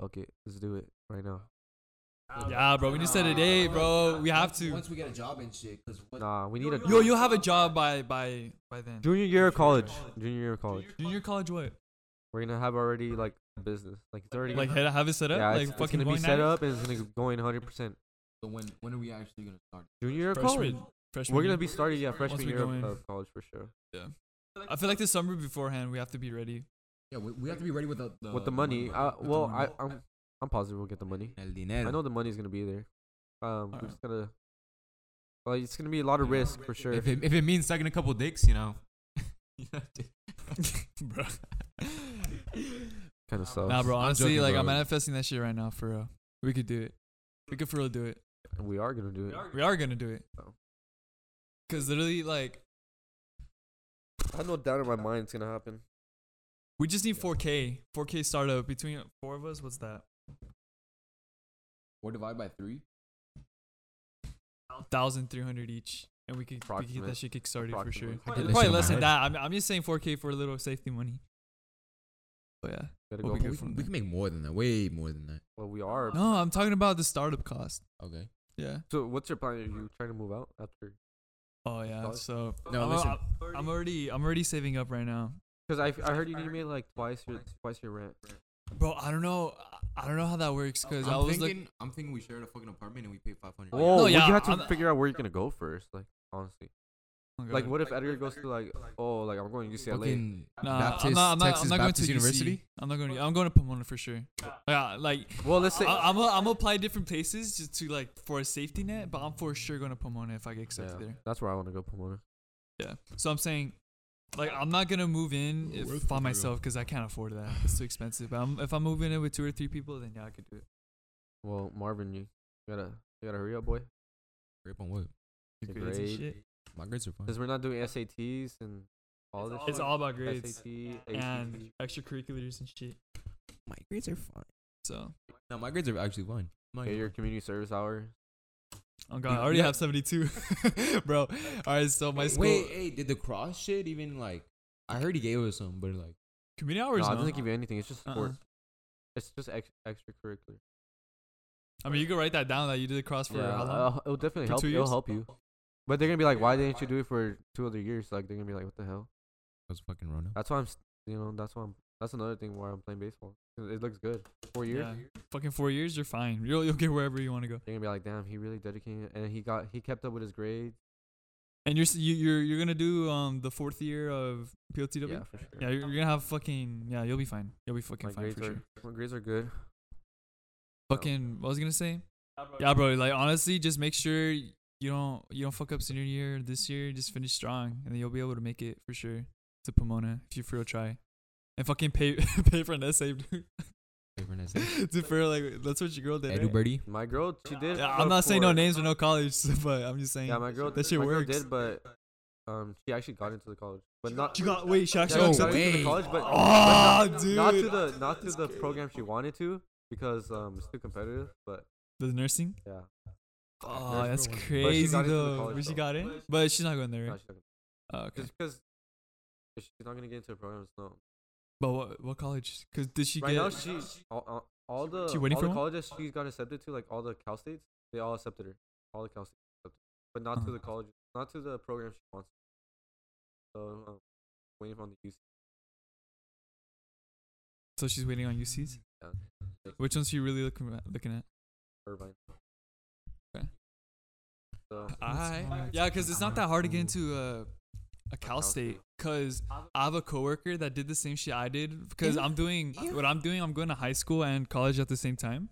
[SPEAKER 3] Fuck it, let's do it right now.
[SPEAKER 1] Yeah, bro. We need to set a date, bro. We have to.
[SPEAKER 4] we get a job and shit, cause what?
[SPEAKER 3] Nah, we need a
[SPEAKER 1] Yo, you'll have a job by by by then.
[SPEAKER 3] junior year of college. Junior year of college.
[SPEAKER 1] Junior college, what?
[SPEAKER 3] We're gonna have already like a business. Like it's already
[SPEAKER 1] Like, head, have it set up.
[SPEAKER 3] yeah,
[SPEAKER 1] like,
[SPEAKER 3] it's, it's
[SPEAKER 1] fucking
[SPEAKER 3] gonna be
[SPEAKER 1] going
[SPEAKER 3] set
[SPEAKER 1] now?
[SPEAKER 3] up and it's gonna go in 100 percent.
[SPEAKER 2] So when when are we actually gonna start?
[SPEAKER 3] Junior year of college.
[SPEAKER 1] Freshman. Freshman.
[SPEAKER 3] We're gonna
[SPEAKER 1] year.
[SPEAKER 3] be starting yeah freshman
[SPEAKER 1] we
[SPEAKER 3] year
[SPEAKER 1] go in.
[SPEAKER 3] of, of college for sure.
[SPEAKER 1] I feel like the summer beforehand, we have to be ready.
[SPEAKER 2] Yeah, we, we have to be ready with the, the
[SPEAKER 3] With the money, uh,
[SPEAKER 2] With the
[SPEAKER 3] well I
[SPEAKER 2] money.
[SPEAKER 3] I'm I'm positive we'll get the money.
[SPEAKER 2] El dinero.
[SPEAKER 3] I know the money's gonna be there. Um, we're
[SPEAKER 1] Alright.
[SPEAKER 3] just gonna. Well, it's gonna be a lot of risk for sure.
[SPEAKER 2] If it, if it means sucking a couple dicks, you know.
[SPEAKER 1] bro.
[SPEAKER 3] Kind of sucks.
[SPEAKER 1] Nah, bro. Honestly,
[SPEAKER 2] joking,
[SPEAKER 1] like,
[SPEAKER 2] bro.
[SPEAKER 1] I'm manifesting that shit right now for real. We could do it. We could for real do it.
[SPEAKER 3] We are gonna do it.
[SPEAKER 1] We are gonna do it.
[SPEAKER 3] Oh.
[SPEAKER 1] Cause literally, like,
[SPEAKER 3] I have no doubt in my mind it's gonna happen.
[SPEAKER 1] we just need 4K. 4K startup between four of us. What's that?
[SPEAKER 2] Or divide by three.
[SPEAKER 1] thousand three hundred each, and we could, we could get
[SPEAKER 3] Approximate.
[SPEAKER 1] that shit kickstarted for sure.
[SPEAKER 3] Approximate.
[SPEAKER 2] I did that
[SPEAKER 1] Probably
[SPEAKER 2] shit in
[SPEAKER 1] less
[SPEAKER 2] my
[SPEAKER 1] than
[SPEAKER 2] head.
[SPEAKER 1] that. I'm, I'm just saying 4K for a little safety money. But yeah,
[SPEAKER 3] Gotta
[SPEAKER 1] We'll
[SPEAKER 3] go.
[SPEAKER 1] be
[SPEAKER 2] We
[SPEAKER 1] good.
[SPEAKER 3] for-
[SPEAKER 2] can, we can make more than that. Way more than that.
[SPEAKER 3] Well, we are.
[SPEAKER 1] no, I'm talking about the startup cost.
[SPEAKER 2] Okay.
[SPEAKER 1] Yeah.
[SPEAKER 3] So, what's your plan? Are you trying to move out after?
[SPEAKER 1] Oh yeah.
[SPEAKER 3] Dollars?
[SPEAKER 1] So
[SPEAKER 2] No,
[SPEAKER 1] Uh, I'm,
[SPEAKER 2] listen.
[SPEAKER 1] I'm- I'm already I'm already saving up right now,
[SPEAKER 3] Because I I heard you need to make like twice your twice your rent.
[SPEAKER 1] bro. I don't know. I don't know how that works because I
[SPEAKER 2] I'm
[SPEAKER 1] was
[SPEAKER 2] thinking, I'm thinking we shared a fucking apartment and we paid 500.
[SPEAKER 3] Whoa, well,
[SPEAKER 1] yeah,
[SPEAKER 3] you have to
[SPEAKER 1] I'm-
[SPEAKER 3] figure out where you're gonna go first. Like honestly,
[SPEAKER 1] like,
[SPEAKER 3] like what if Edgar goes to like oh like I'm going to UCLA.
[SPEAKER 2] Fucking
[SPEAKER 1] Nah, I'm
[SPEAKER 2] Baptist,
[SPEAKER 1] not. I'm not,
[SPEAKER 2] Texas
[SPEAKER 1] I'm not going to
[SPEAKER 2] Baptist
[SPEAKER 1] UC.
[SPEAKER 2] University.
[SPEAKER 1] I'm not going. To, I'm going to Pomona for sure. Yeah, like
[SPEAKER 3] Well, let's say
[SPEAKER 1] I, I'm. A, I'm gonna apply different places just to like for a safety net, but I'm for sure going to Pomona if I get
[SPEAKER 3] yeah,
[SPEAKER 1] accepted there.
[SPEAKER 3] that's where I want to go, Pomona.
[SPEAKER 1] Yeah. So I'm saying, like, I'm not gonna move in if by myself because I can't afford that. It's too expensive. But I'm, if I'm moving in with two or three people, then yeah, I could do it.
[SPEAKER 3] Well, Marvin, you gotta you gotta hurry up, boy.
[SPEAKER 2] Grip on what?
[SPEAKER 3] Your
[SPEAKER 1] Grades and
[SPEAKER 3] grade.
[SPEAKER 1] shit.
[SPEAKER 2] My grades are fine.
[SPEAKER 3] Because we're not doing SATs and all this.
[SPEAKER 1] It's
[SPEAKER 3] shit.
[SPEAKER 1] all about grades
[SPEAKER 3] SAT, ACT.
[SPEAKER 1] and extracurriculars and shit.
[SPEAKER 4] My grades are fine.
[SPEAKER 1] So,
[SPEAKER 2] No, my grades are actually fine. My
[SPEAKER 3] Get your community service hour.
[SPEAKER 1] oh god, I already have 72, bro. All right, so my school
[SPEAKER 2] Wait, hey, did the cross shit even like? I heard he gave us some, but like,
[SPEAKER 1] community
[SPEAKER 3] No, it
[SPEAKER 1] hours. No,
[SPEAKER 3] doesn't give you anything. It's just
[SPEAKER 1] Uh-uh.
[SPEAKER 3] sports. It's just ex- extracurricular.
[SPEAKER 1] I mean, you could write that down that you did the cross for how long?
[SPEAKER 3] uh, it'll definitely
[SPEAKER 1] For
[SPEAKER 3] help.
[SPEAKER 1] two
[SPEAKER 3] It'll
[SPEAKER 1] years?
[SPEAKER 3] help you. But they're gonna be like, why didn't you do it for two other years? Like they're gonna be like, what the hell?
[SPEAKER 2] was fucking Rona.
[SPEAKER 3] That's why I'm, s- you know, that's why I'm. That's another thing why I'm playing baseball. 'Cause It looks good. Four years.
[SPEAKER 1] yeah, fucking four years, you're fine. You'll you'll get wherever you want to go,
[SPEAKER 3] They're gonna be like, damn, he really dedicated, and he got he kept up with his grades.
[SPEAKER 1] and you're s- you, you're you're gonna do um the fourth year of PLTW.
[SPEAKER 3] Yeah, for sure.
[SPEAKER 1] Yeah, you're, you're gonna have fucking yeah. You'll be fine. You'll be fucking
[SPEAKER 3] my
[SPEAKER 1] fine
[SPEAKER 3] grades
[SPEAKER 1] for
[SPEAKER 3] are
[SPEAKER 1] sure.
[SPEAKER 3] my grades are good.
[SPEAKER 1] Fucking what was I gonna say? Yeah, bro. Like honestly, just make sure you don't you don't fuck up senior year this year. Just finish strong, and then you'll be able to make it for sure to Pomona if you for real try, and fucking pay pay for an essay, dude. to for real, like that's what your girl did.
[SPEAKER 2] Edu
[SPEAKER 1] right?
[SPEAKER 2] Birdie.
[SPEAKER 3] My girl, she did.
[SPEAKER 1] Yeah,
[SPEAKER 3] go
[SPEAKER 1] I'm not saying no
[SPEAKER 3] for-
[SPEAKER 1] names or no college, but I'm just saying.
[SPEAKER 3] Yeah, my girl.
[SPEAKER 1] That shit
[SPEAKER 3] my girl
[SPEAKER 1] works.
[SPEAKER 3] did, but um, she actually got into the college, but not.
[SPEAKER 1] She got wait, she actually
[SPEAKER 2] No
[SPEAKER 1] got
[SPEAKER 3] she got
[SPEAKER 1] accepted.
[SPEAKER 2] way.
[SPEAKER 3] into the college, but
[SPEAKER 1] Oh,
[SPEAKER 3] but not, not to
[SPEAKER 1] dude.
[SPEAKER 3] the not to the program she wanted to, because um it's too competitive. But
[SPEAKER 1] The nursing.
[SPEAKER 3] yeah,
[SPEAKER 1] Oh, that's
[SPEAKER 2] But she
[SPEAKER 1] crazy
[SPEAKER 3] got into the
[SPEAKER 1] though.
[SPEAKER 3] college,
[SPEAKER 1] But she
[SPEAKER 3] though.
[SPEAKER 1] got in, but she's not going there.
[SPEAKER 3] no,
[SPEAKER 1] Right?
[SPEAKER 3] she's not gonna-
[SPEAKER 1] Oh, okay.
[SPEAKER 3] just because if she's not gonna get into a program. It's no.
[SPEAKER 1] But what what college? Cause did she
[SPEAKER 3] Right
[SPEAKER 1] get?
[SPEAKER 3] now, she all, all, all the
[SPEAKER 1] She waiting
[SPEAKER 3] all the
[SPEAKER 1] for one?
[SPEAKER 3] colleges she got accepted to, like all the Cal states, they all accepted her. All the Cal states, accepted her, but not
[SPEAKER 1] Uh-huh.
[SPEAKER 3] to the college, not to the program she wants. So um, waiting on the UC.
[SPEAKER 1] so she's waiting on UCs.
[SPEAKER 3] Yeah.
[SPEAKER 1] Which one's she really looking at, looking at?
[SPEAKER 3] Irvine.
[SPEAKER 1] Okay.
[SPEAKER 3] So
[SPEAKER 1] I yeah, cause it's not that hard to get into a a Cal
[SPEAKER 3] Cal
[SPEAKER 1] State.
[SPEAKER 3] State.
[SPEAKER 1] Cause I have a coworker that did the same shit I did. Because
[SPEAKER 4] Yeah.
[SPEAKER 1] I'm doing
[SPEAKER 4] Yeah.
[SPEAKER 1] what I'm doing. I'm going to high school and college at the same time.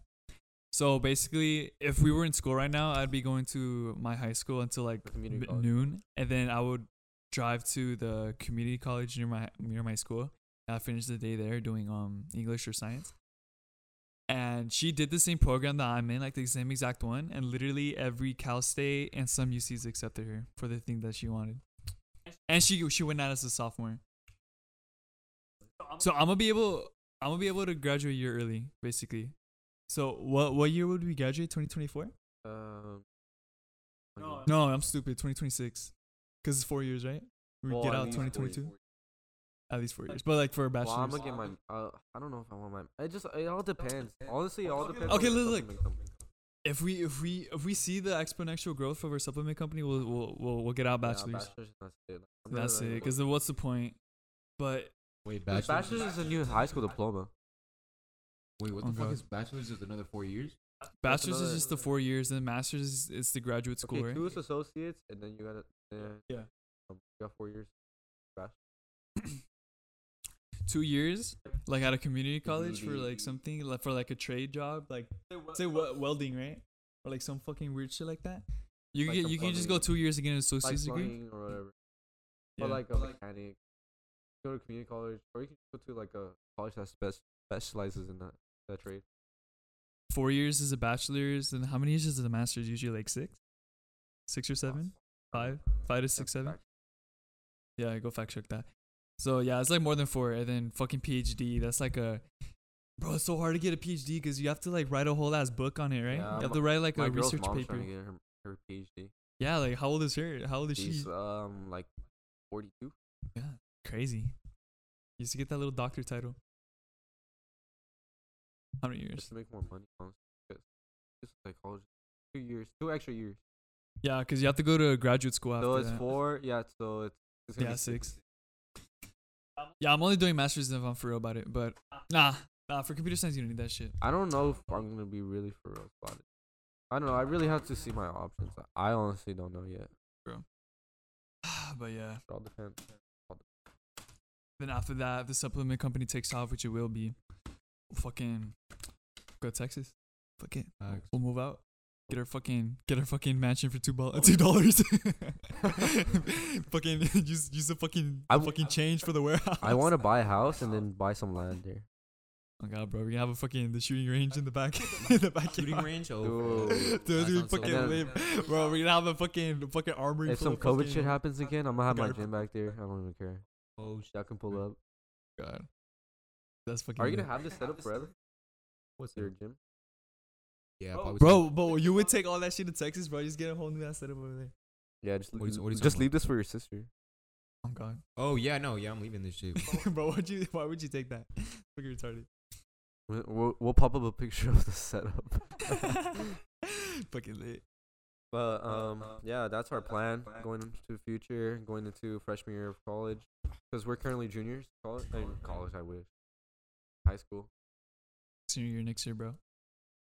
[SPEAKER 1] So basically, if we were in school right now, I'd be going to my high school until like
[SPEAKER 3] the community
[SPEAKER 1] mi-
[SPEAKER 3] college.
[SPEAKER 1] noon, and then I would drive to the community college near my near my school. And I finished the day there doing um English or science. And she did the same program that I'm in, like the same exact one, and literally every Cal State and some UCs accepted her for the thing that she wanted. And she she went out as a sophomore. So I'm gonna be able I'm gonna be able to graduate a year early, basically. So what what year would we graduate? 2024?
[SPEAKER 3] um,
[SPEAKER 6] No,
[SPEAKER 1] No, I'm stupid. 2026, because it's four years, right? We
[SPEAKER 3] Well,
[SPEAKER 1] get
[SPEAKER 3] at
[SPEAKER 1] out
[SPEAKER 3] least four
[SPEAKER 1] 2022,
[SPEAKER 3] years.
[SPEAKER 1] at least four years. But like for a
[SPEAKER 3] Well, I'm
[SPEAKER 1] bachelor's,
[SPEAKER 3] gonna get my. Uh, I don't know if I want my. It just it all depends. Honestly, it all depends.
[SPEAKER 1] Okay,
[SPEAKER 3] on the
[SPEAKER 1] look, look.
[SPEAKER 3] supplement
[SPEAKER 1] if we if we if we see the exponential growth of our supplement company, we'll we'll we'll, we'll get out
[SPEAKER 3] company. Yeah,
[SPEAKER 1] bachelors.
[SPEAKER 3] bachelor's, that's it. I'm not
[SPEAKER 1] That's it.
[SPEAKER 3] really-
[SPEAKER 1] Because what's the point? But
[SPEAKER 2] Wait,
[SPEAKER 3] Dude,
[SPEAKER 2] bachelor's.
[SPEAKER 3] Bachelor's is a new high school diploma.
[SPEAKER 2] Wait, what
[SPEAKER 1] Oh,
[SPEAKER 2] the fuck
[SPEAKER 1] God.
[SPEAKER 2] is bachelor's? Is another four years?
[SPEAKER 1] bachelor's is
[SPEAKER 3] another-
[SPEAKER 1] just the four years, and masters is, is the graduate school,
[SPEAKER 3] Okay,
[SPEAKER 1] right?
[SPEAKER 3] two is associates, and then you got yeah.
[SPEAKER 1] Yeah.
[SPEAKER 3] Um, you got four years.
[SPEAKER 1] two years, like at a community college for
[SPEAKER 2] Community.
[SPEAKER 1] like something, like for like a trade job, like say wel- welding, right, or like some fucking weird shit like that. You
[SPEAKER 3] Like
[SPEAKER 1] can get,
[SPEAKER 3] some
[SPEAKER 1] you can just go
[SPEAKER 3] plumbing.
[SPEAKER 1] two years to get an
[SPEAKER 3] Like
[SPEAKER 1] associate's degree.
[SPEAKER 3] plumbing or whatever.
[SPEAKER 1] Yeah.
[SPEAKER 3] Or like a mechanic. Go to community college, or you can go to like a college that spec- specializes in that that trade.
[SPEAKER 1] four years is a bachelor's, and how many years is a master's? Usually like six, six or seven, five, five to six, seven. Yeah, go fact check that. So yeah, it's like more than four, and then fucking PhD. That's like a bro. It's so hard to get a PhD because you have to like write a whole ass book on it, right?
[SPEAKER 3] Yeah,
[SPEAKER 1] you have
[SPEAKER 3] my-
[SPEAKER 1] to write like
[SPEAKER 3] My
[SPEAKER 1] a
[SPEAKER 3] girl's
[SPEAKER 1] research
[SPEAKER 3] mom's
[SPEAKER 1] paper.
[SPEAKER 3] trying to get her, her PhD.
[SPEAKER 1] Yeah, like how old is her? How old is she?
[SPEAKER 3] She's um like 42.
[SPEAKER 1] Yeah, crazy. You used to get that little doctor title. How many years?
[SPEAKER 3] just to make more money. Honestly, because it's like college, two years, two extra years.
[SPEAKER 1] Yeah, because you have to go to graduate school after
[SPEAKER 3] so it's
[SPEAKER 1] that.
[SPEAKER 3] four. Yeah, so it's, it's gonna
[SPEAKER 1] Yeah,
[SPEAKER 3] be
[SPEAKER 1] six. Yeah, I'm only doing masters if I'm for real about it, but nah, nah. For computer science, you don't need that shit.
[SPEAKER 3] I don't know if I'm gonna be really for real about it. I don't know. I really have to see my options. I honestly don't know yet.
[SPEAKER 1] but yeah,
[SPEAKER 3] It all depends.
[SPEAKER 1] then after that, if the supplement company takes off, which it will be. Fucking go to Texas. Fuck it.
[SPEAKER 2] Facts.
[SPEAKER 1] We'll move out. Get our fucking get our fucking mansion for two ball two dollars. fucking use use the fucking
[SPEAKER 3] I w-
[SPEAKER 1] fucking change for the warehouse.
[SPEAKER 3] I want to buy a house and then buy some land there.
[SPEAKER 1] Oh god, bro, we gonna have a fucking the shooting range in the back in the back
[SPEAKER 2] Shooting range. Oh,
[SPEAKER 3] Dude.
[SPEAKER 2] fuck.
[SPEAKER 1] Dude,
[SPEAKER 2] That
[SPEAKER 1] we
[SPEAKER 2] sounds so
[SPEAKER 1] fucking
[SPEAKER 3] good.
[SPEAKER 1] live, bro. We gonna have a fucking fucking armory.
[SPEAKER 3] If
[SPEAKER 1] full
[SPEAKER 3] some
[SPEAKER 1] of
[SPEAKER 3] COVID
[SPEAKER 1] fucking-
[SPEAKER 3] shit happens again, I'm gonna have my
[SPEAKER 1] Garden.
[SPEAKER 3] gym back there. I don't even care. Mm.
[SPEAKER 2] Oh, shit.
[SPEAKER 3] Y'all can pull up.
[SPEAKER 1] Oh God, that's fucking.
[SPEAKER 3] Are you
[SPEAKER 1] lit.
[SPEAKER 3] gonna have this set up forever?
[SPEAKER 2] What's Oh,
[SPEAKER 3] Your
[SPEAKER 2] there?
[SPEAKER 3] gym?
[SPEAKER 2] Yeah, probably
[SPEAKER 1] bro? But you would take all that shit to Texas, bro. You just get a whole new ass setup over there.
[SPEAKER 3] Yeah, just
[SPEAKER 2] What is- what is
[SPEAKER 3] just
[SPEAKER 2] that?
[SPEAKER 3] leave this for your sister.
[SPEAKER 1] Oh god,
[SPEAKER 2] Oh yeah, no, yeah, I'm leaving this shit.
[SPEAKER 1] bro. Would you? Why would you take that? Fucking retarded.
[SPEAKER 3] We'll, we'll, we'll pop up a picture of the setup.
[SPEAKER 1] fucking lit.
[SPEAKER 3] But um, yeah, that's our plan going into the future, going into freshman year of college, because we're currently juniors. College, I mean, college, I wish. High school
[SPEAKER 1] Senior year next year, bro.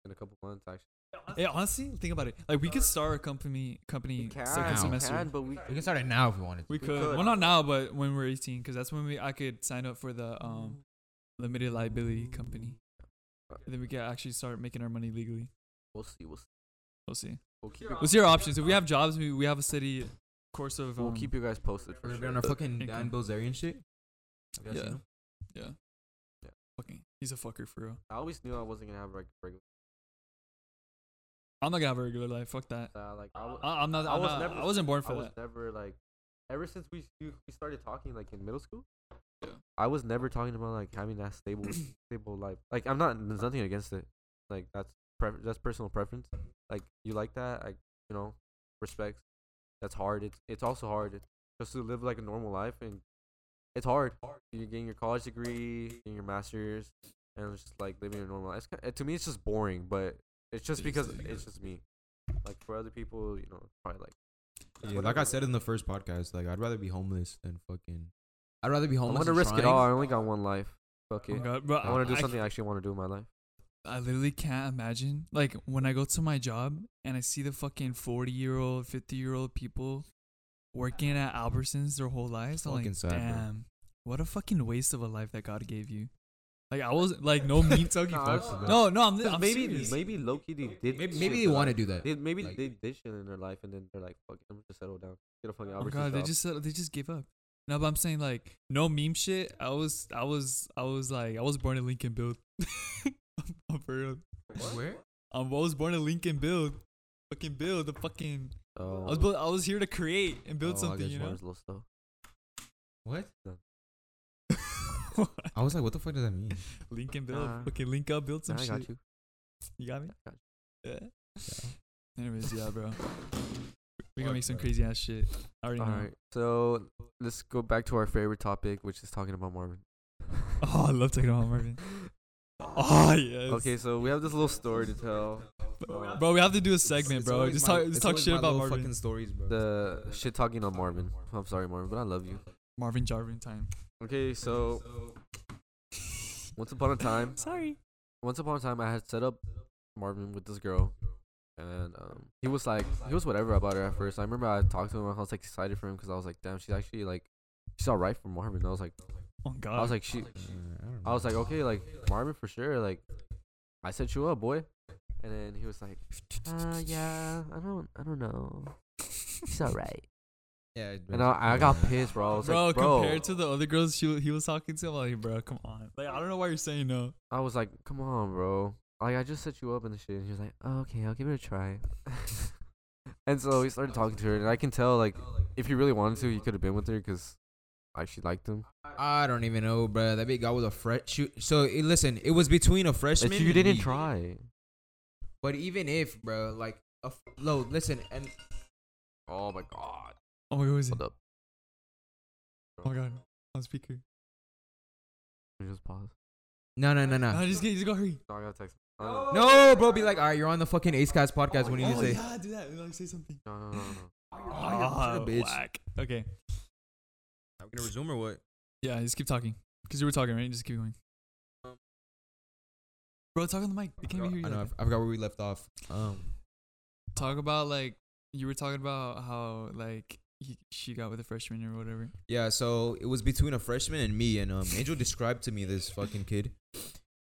[SPEAKER 3] in a couple months, actually.
[SPEAKER 1] Yeah, honestly, think about it. Like we could start a company company second
[SPEAKER 2] we
[SPEAKER 1] semester.
[SPEAKER 3] but we
[SPEAKER 2] we can start it now if we wanted. To.
[SPEAKER 1] We could. Well, not now, but when we're 18, because that's when we I could sign up for the um limited liability company. And then we could actually start making our money legally.
[SPEAKER 3] will see. We'll see.
[SPEAKER 1] We'll see.
[SPEAKER 3] We'll keep,
[SPEAKER 1] We'll see our options. If we have jobs, we, we have a steady course of. Um,
[SPEAKER 3] we'll keep you guys posted
[SPEAKER 2] We're
[SPEAKER 3] for
[SPEAKER 2] gonna be
[SPEAKER 3] sure.
[SPEAKER 2] on our fucking
[SPEAKER 1] Okay.
[SPEAKER 2] Dan Bilzerian shit. Have y'all
[SPEAKER 1] Yeah.
[SPEAKER 2] seen him?
[SPEAKER 1] Yeah.
[SPEAKER 3] Yeah.
[SPEAKER 1] Fucking. He's a fucker for real.
[SPEAKER 3] I always knew I wasn't gonna have like regular.
[SPEAKER 1] I'm not gonna have a regular life. Fuck that.
[SPEAKER 3] Uh, like I, was,
[SPEAKER 1] I, I'm not.
[SPEAKER 3] I
[SPEAKER 1] I'm
[SPEAKER 3] was
[SPEAKER 1] not-
[SPEAKER 3] never-
[SPEAKER 1] I wasn't born
[SPEAKER 3] I
[SPEAKER 1] for
[SPEAKER 3] was
[SPEAKER 1] that.
[SPEAKER 3] never like. Ever since we we we started talking like in middle school, I was never talking about like having that stable, stable life. Like I'm not. There's nothing against it. Like that's pref- that's personal preference. Like you like that. I you know respect. That's hard. It's it's also hard It's just to live like a normal life and it's hard. You're getting your college degree, getting your master's, and it's just like living your normal life. It's ki- to me, it's just boring. But it's just
[SPEAKER 1] It is
[SPEAKER 3] because
[SPEAKER 1] like-
[SPEAKER 3] it's just me. Like for other people, you know, it's probably like
[SPEAKER 2] Yeah, like I said in the first podcast, like I'd rather be homeless than fucking.
[SPEAKER 4] I'd rather be
[SPEAKER 3] I'm
[SPEAKER 4] homeless.
[SPEAKER 3] gonna
[SPEAKER 4] and
[SPEAKER 3] risk it
[SPEAKER 4] trying.
[SPEAKER 3] all. I only got one life. Fuck
[SPEAKER 1] Oh
[SPEAKER 3] it.
[SPEAKER 1] my God, bro,
[SPEAKER 3] I want to do
[SPEAKER 1] c-
[SPEAKER 3] something I actually want to do in my life.
[SPEAKER 1] I literally can't imagine. Like when I go to my job and I see the fucking forty year old, fifty year old people working at Albertsons their whole lives. I'm
[SPEAKER 2] Fucking
[SPEAKER 1] like,
[SPEAKER 2] sad, bro.
[SPEAKER 1] damn, what a fucking waste of a life that God gave you. Like I was like no mean talking.
[SPEAKER 3] Nah,
[SPEAKER 2] fucks
[SPEAKER 3] that's-
[SPEAKER 2] with that.
[SPEAKER 1] No, no, I'm,
[SPEAKER 3] Because
[SPEAKER 1] I'm
[SPEAKER 3] maybe
[SPEAKER 1] serious.
[SPEAKER 3] maybe Loki they did
[SPEAKER 2] Maybe-
[SPEAKER 3] shit
[SPEAKER 4] Maybe they
[SPEAKER 3] in their
[SPEAKER 4] want to
[SPEAKER 3] life.
[SPEAKER 4] do that.
[SPEAKER 3] They, maybe
[SPEAKER 2] like-
[SPEAKER 3] they did shit in their life and then they're like, "Fuck, it, I'm just settle down, get a fucking
[SPEAKER 1] Oh
[SPEAKER 3] Albertsons
[SPEAKER 1] god, they
[SPEAKER 3] job."
[SPEAKER 1] just settled- they just gave up. No, but I'm saying like no meme shit. I was I was I was like I was born in Lincoln Build. I'm for real.
[SPEAKER 4] Where?
[SPEAKER 1] Um, I was born in Lincoln Build. Fucking build the fucking.
[SPEAKER 3] oh,
[SPEAKER 1] I was bu- I was here to create and build
[SPEAKER 3] oh, I
[SPEAKER 1] something,
[SPEAKER 3] guess
[SPEAKER 1] you know.
[SPEAKER 3] mine's low stuff.
[SPEAKER 2] What?
[SPEAKER 1] What?
[SPEAKER 2] I was like, what the fuck does that mean?
[SPEAKER 1] link and build,
[SPEAKER 3] Nah.
[SPEAKER 1] fucking link up, build some
[SPEAKER 3] Nah, I
[SPEAKER 1] shit.
[SPEAKER 3] got you.
[SPEAKER 1] You got me.
[SPEAKER 3] got
[SPEAKER 1] Yeah. Anyways, yeah, bro. We gonna
[SPEAKER 2] Fuck,
[SPEAKER 1] make some
[SPEAKER 2] bro.
[SPEAKER 1] crazy ass shit. I already
[SPEAKER 3] All
[SPEAKER 1] know.
[SPEAKER 3] right, so let's go back to our favorite topic, which is talking about Marvin.
[SPEAKER 1] Oh, I love talking about Marvin. Oh yes.
[SPEAKER 3] Okay, so we have this little story to tell.
[SPEAKER 1] B- Bro, we have to do a segment, bro. Just talk, just talk shit about Marvin.
[SPEAKER 2] fucking stories, bro.
[SPEAKER 3] The shit talking on Marvin. I'm sorry, Marvin, but I love you.
[SPEAKER 1] Marvin Jarvin time.
[SPEAKER 3] Okay, so once
[SPEAKER 1] Oh,
[SPEAKER 3] upon a time,
[SPEAKER 1] Sorry.
[SPEAKER 3] once upon a time I had set up Marvin with this girl and um he was like he was whatever about her at first. I remember I talked to him and I was like excited for him because I was like, damn, she's actually like she's alright for Marvin. I was like
[SPEAKER 1] Oh God.
[SPEAKER 3] I was like she I was like, okay, like Marvin for sure, like I set you up, boy. And then he was like, uh yeah, I don't I don't know. She's alright.
[SPEAKER 2] yeah,
[SPEAKER 3] And I, I got pissed, bro. I was
[SPEAKER 1] bro,
[SPEAKER 3] like, bro,
[SPEAKER 1] compared to the other girls she wa- he was talking to, I'm like, bro, come on. Like, I don't know why you're saying no.
[SPEAKER 3] I was like, come on, bro. Like, I just set you up and shit. And he was like, oh, okay, I'll give it a try. and so he started talking to her, and I can tell, like, if he really wanted to, he could have been with her because I actually liked him.
[SPEAKER 2] I don't even know, bro. That big guy was a fresh shoot. So it, listen, it was between a freshman.
[SPEAKER 3] But you
[SPEAKER 2] and
[SPEAKER 3] didn't
[SPEAKER 2] me.
[SPEAKER 3] try.
[SPEAKER 2] But even if, bro, like, a f- no, listen, and
[SPEAKER 3] Oh my god.
[SPEAKER 1] Oh my God, what is it?
[SPEAKER 3] Hold up.
[SPEAKER 1] Oh my God, on speaker.
[SPEAKER 3] Can you Just pause.
[SPEAKER 2] no, no, no,
[SPEAKER 1] No,
[SPEAKER 2] no,
[SPEAKER 1] just get, just go hurry.
[SPEAKER 3] No, I gotta text. him. Oh,
[SPEAKER 2] no, bro. Be like, all right, you're on the fucking Ace Cats podcast. What do you need
[SPEAKER 1] oh
[SPEAKER 2] to say?
[SPEAKER 1] yeah, do that. Like, say something.
[SPEAKER 3] No, no, no, no. no.
[SPEAKER 2] Oh,
[SPEAKER 1] Oh,
[SPEAKER 2] you're a bitch.
[SPEAKER 1] whack. Okay.
[SPEAKER 2] I'm gonna resume or what?
[SPEAKER 1] Yeah, just keep talking. Cause you were talking, right? Just keep going. Bro, talk on the mic. They can't even hear
[SPEAKER 2] I
[SPEAKER 1] you.
[SPEAKER 2] know. I
[SPEAKER 1] Like
[SPEAKER 2] f-
[SPEAKER 1] that.
[SPEAKER 2] I forgot where we left off. Um,
[SPEAKER 1] talk about like you were talking about how like he, she got with a freshman or whatever.
[SPEAKER 2] Yeah, so it was between a freshman and me, and um, Angel described to me this fucking kid.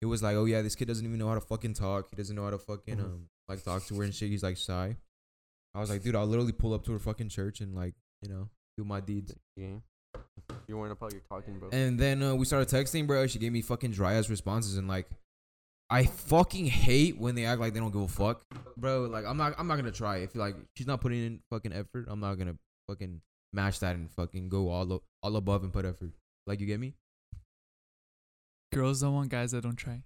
[SPEAKER 2] It was like, oh yeah, this kid doesn't even know how to fucking talk. He doesn't know how to fucking
[SPEAKER 3] Mhm.
[SPEAKER 2] um like talk to her and shit. He's like shy. I was like, dude, I'll literally pull up to her fucking church and like, you know, do my deeds.
[SPEAKER 3] Yeah. You're worrying about your talking, bro.
[SPEAKER 2] And then uh, we started texting, bro. She gave me fucking dry ass responses and like, I fucking hate when they act like they don't give a fuck, bro. Like I'm not, I'm not gonna try. If like she's not putting in fucking effort, I'm not gonna fucking match that and fucking go all o- all above and put effort. Like you get me?
[SPEAKER 1] Girls don't want guys that don't try.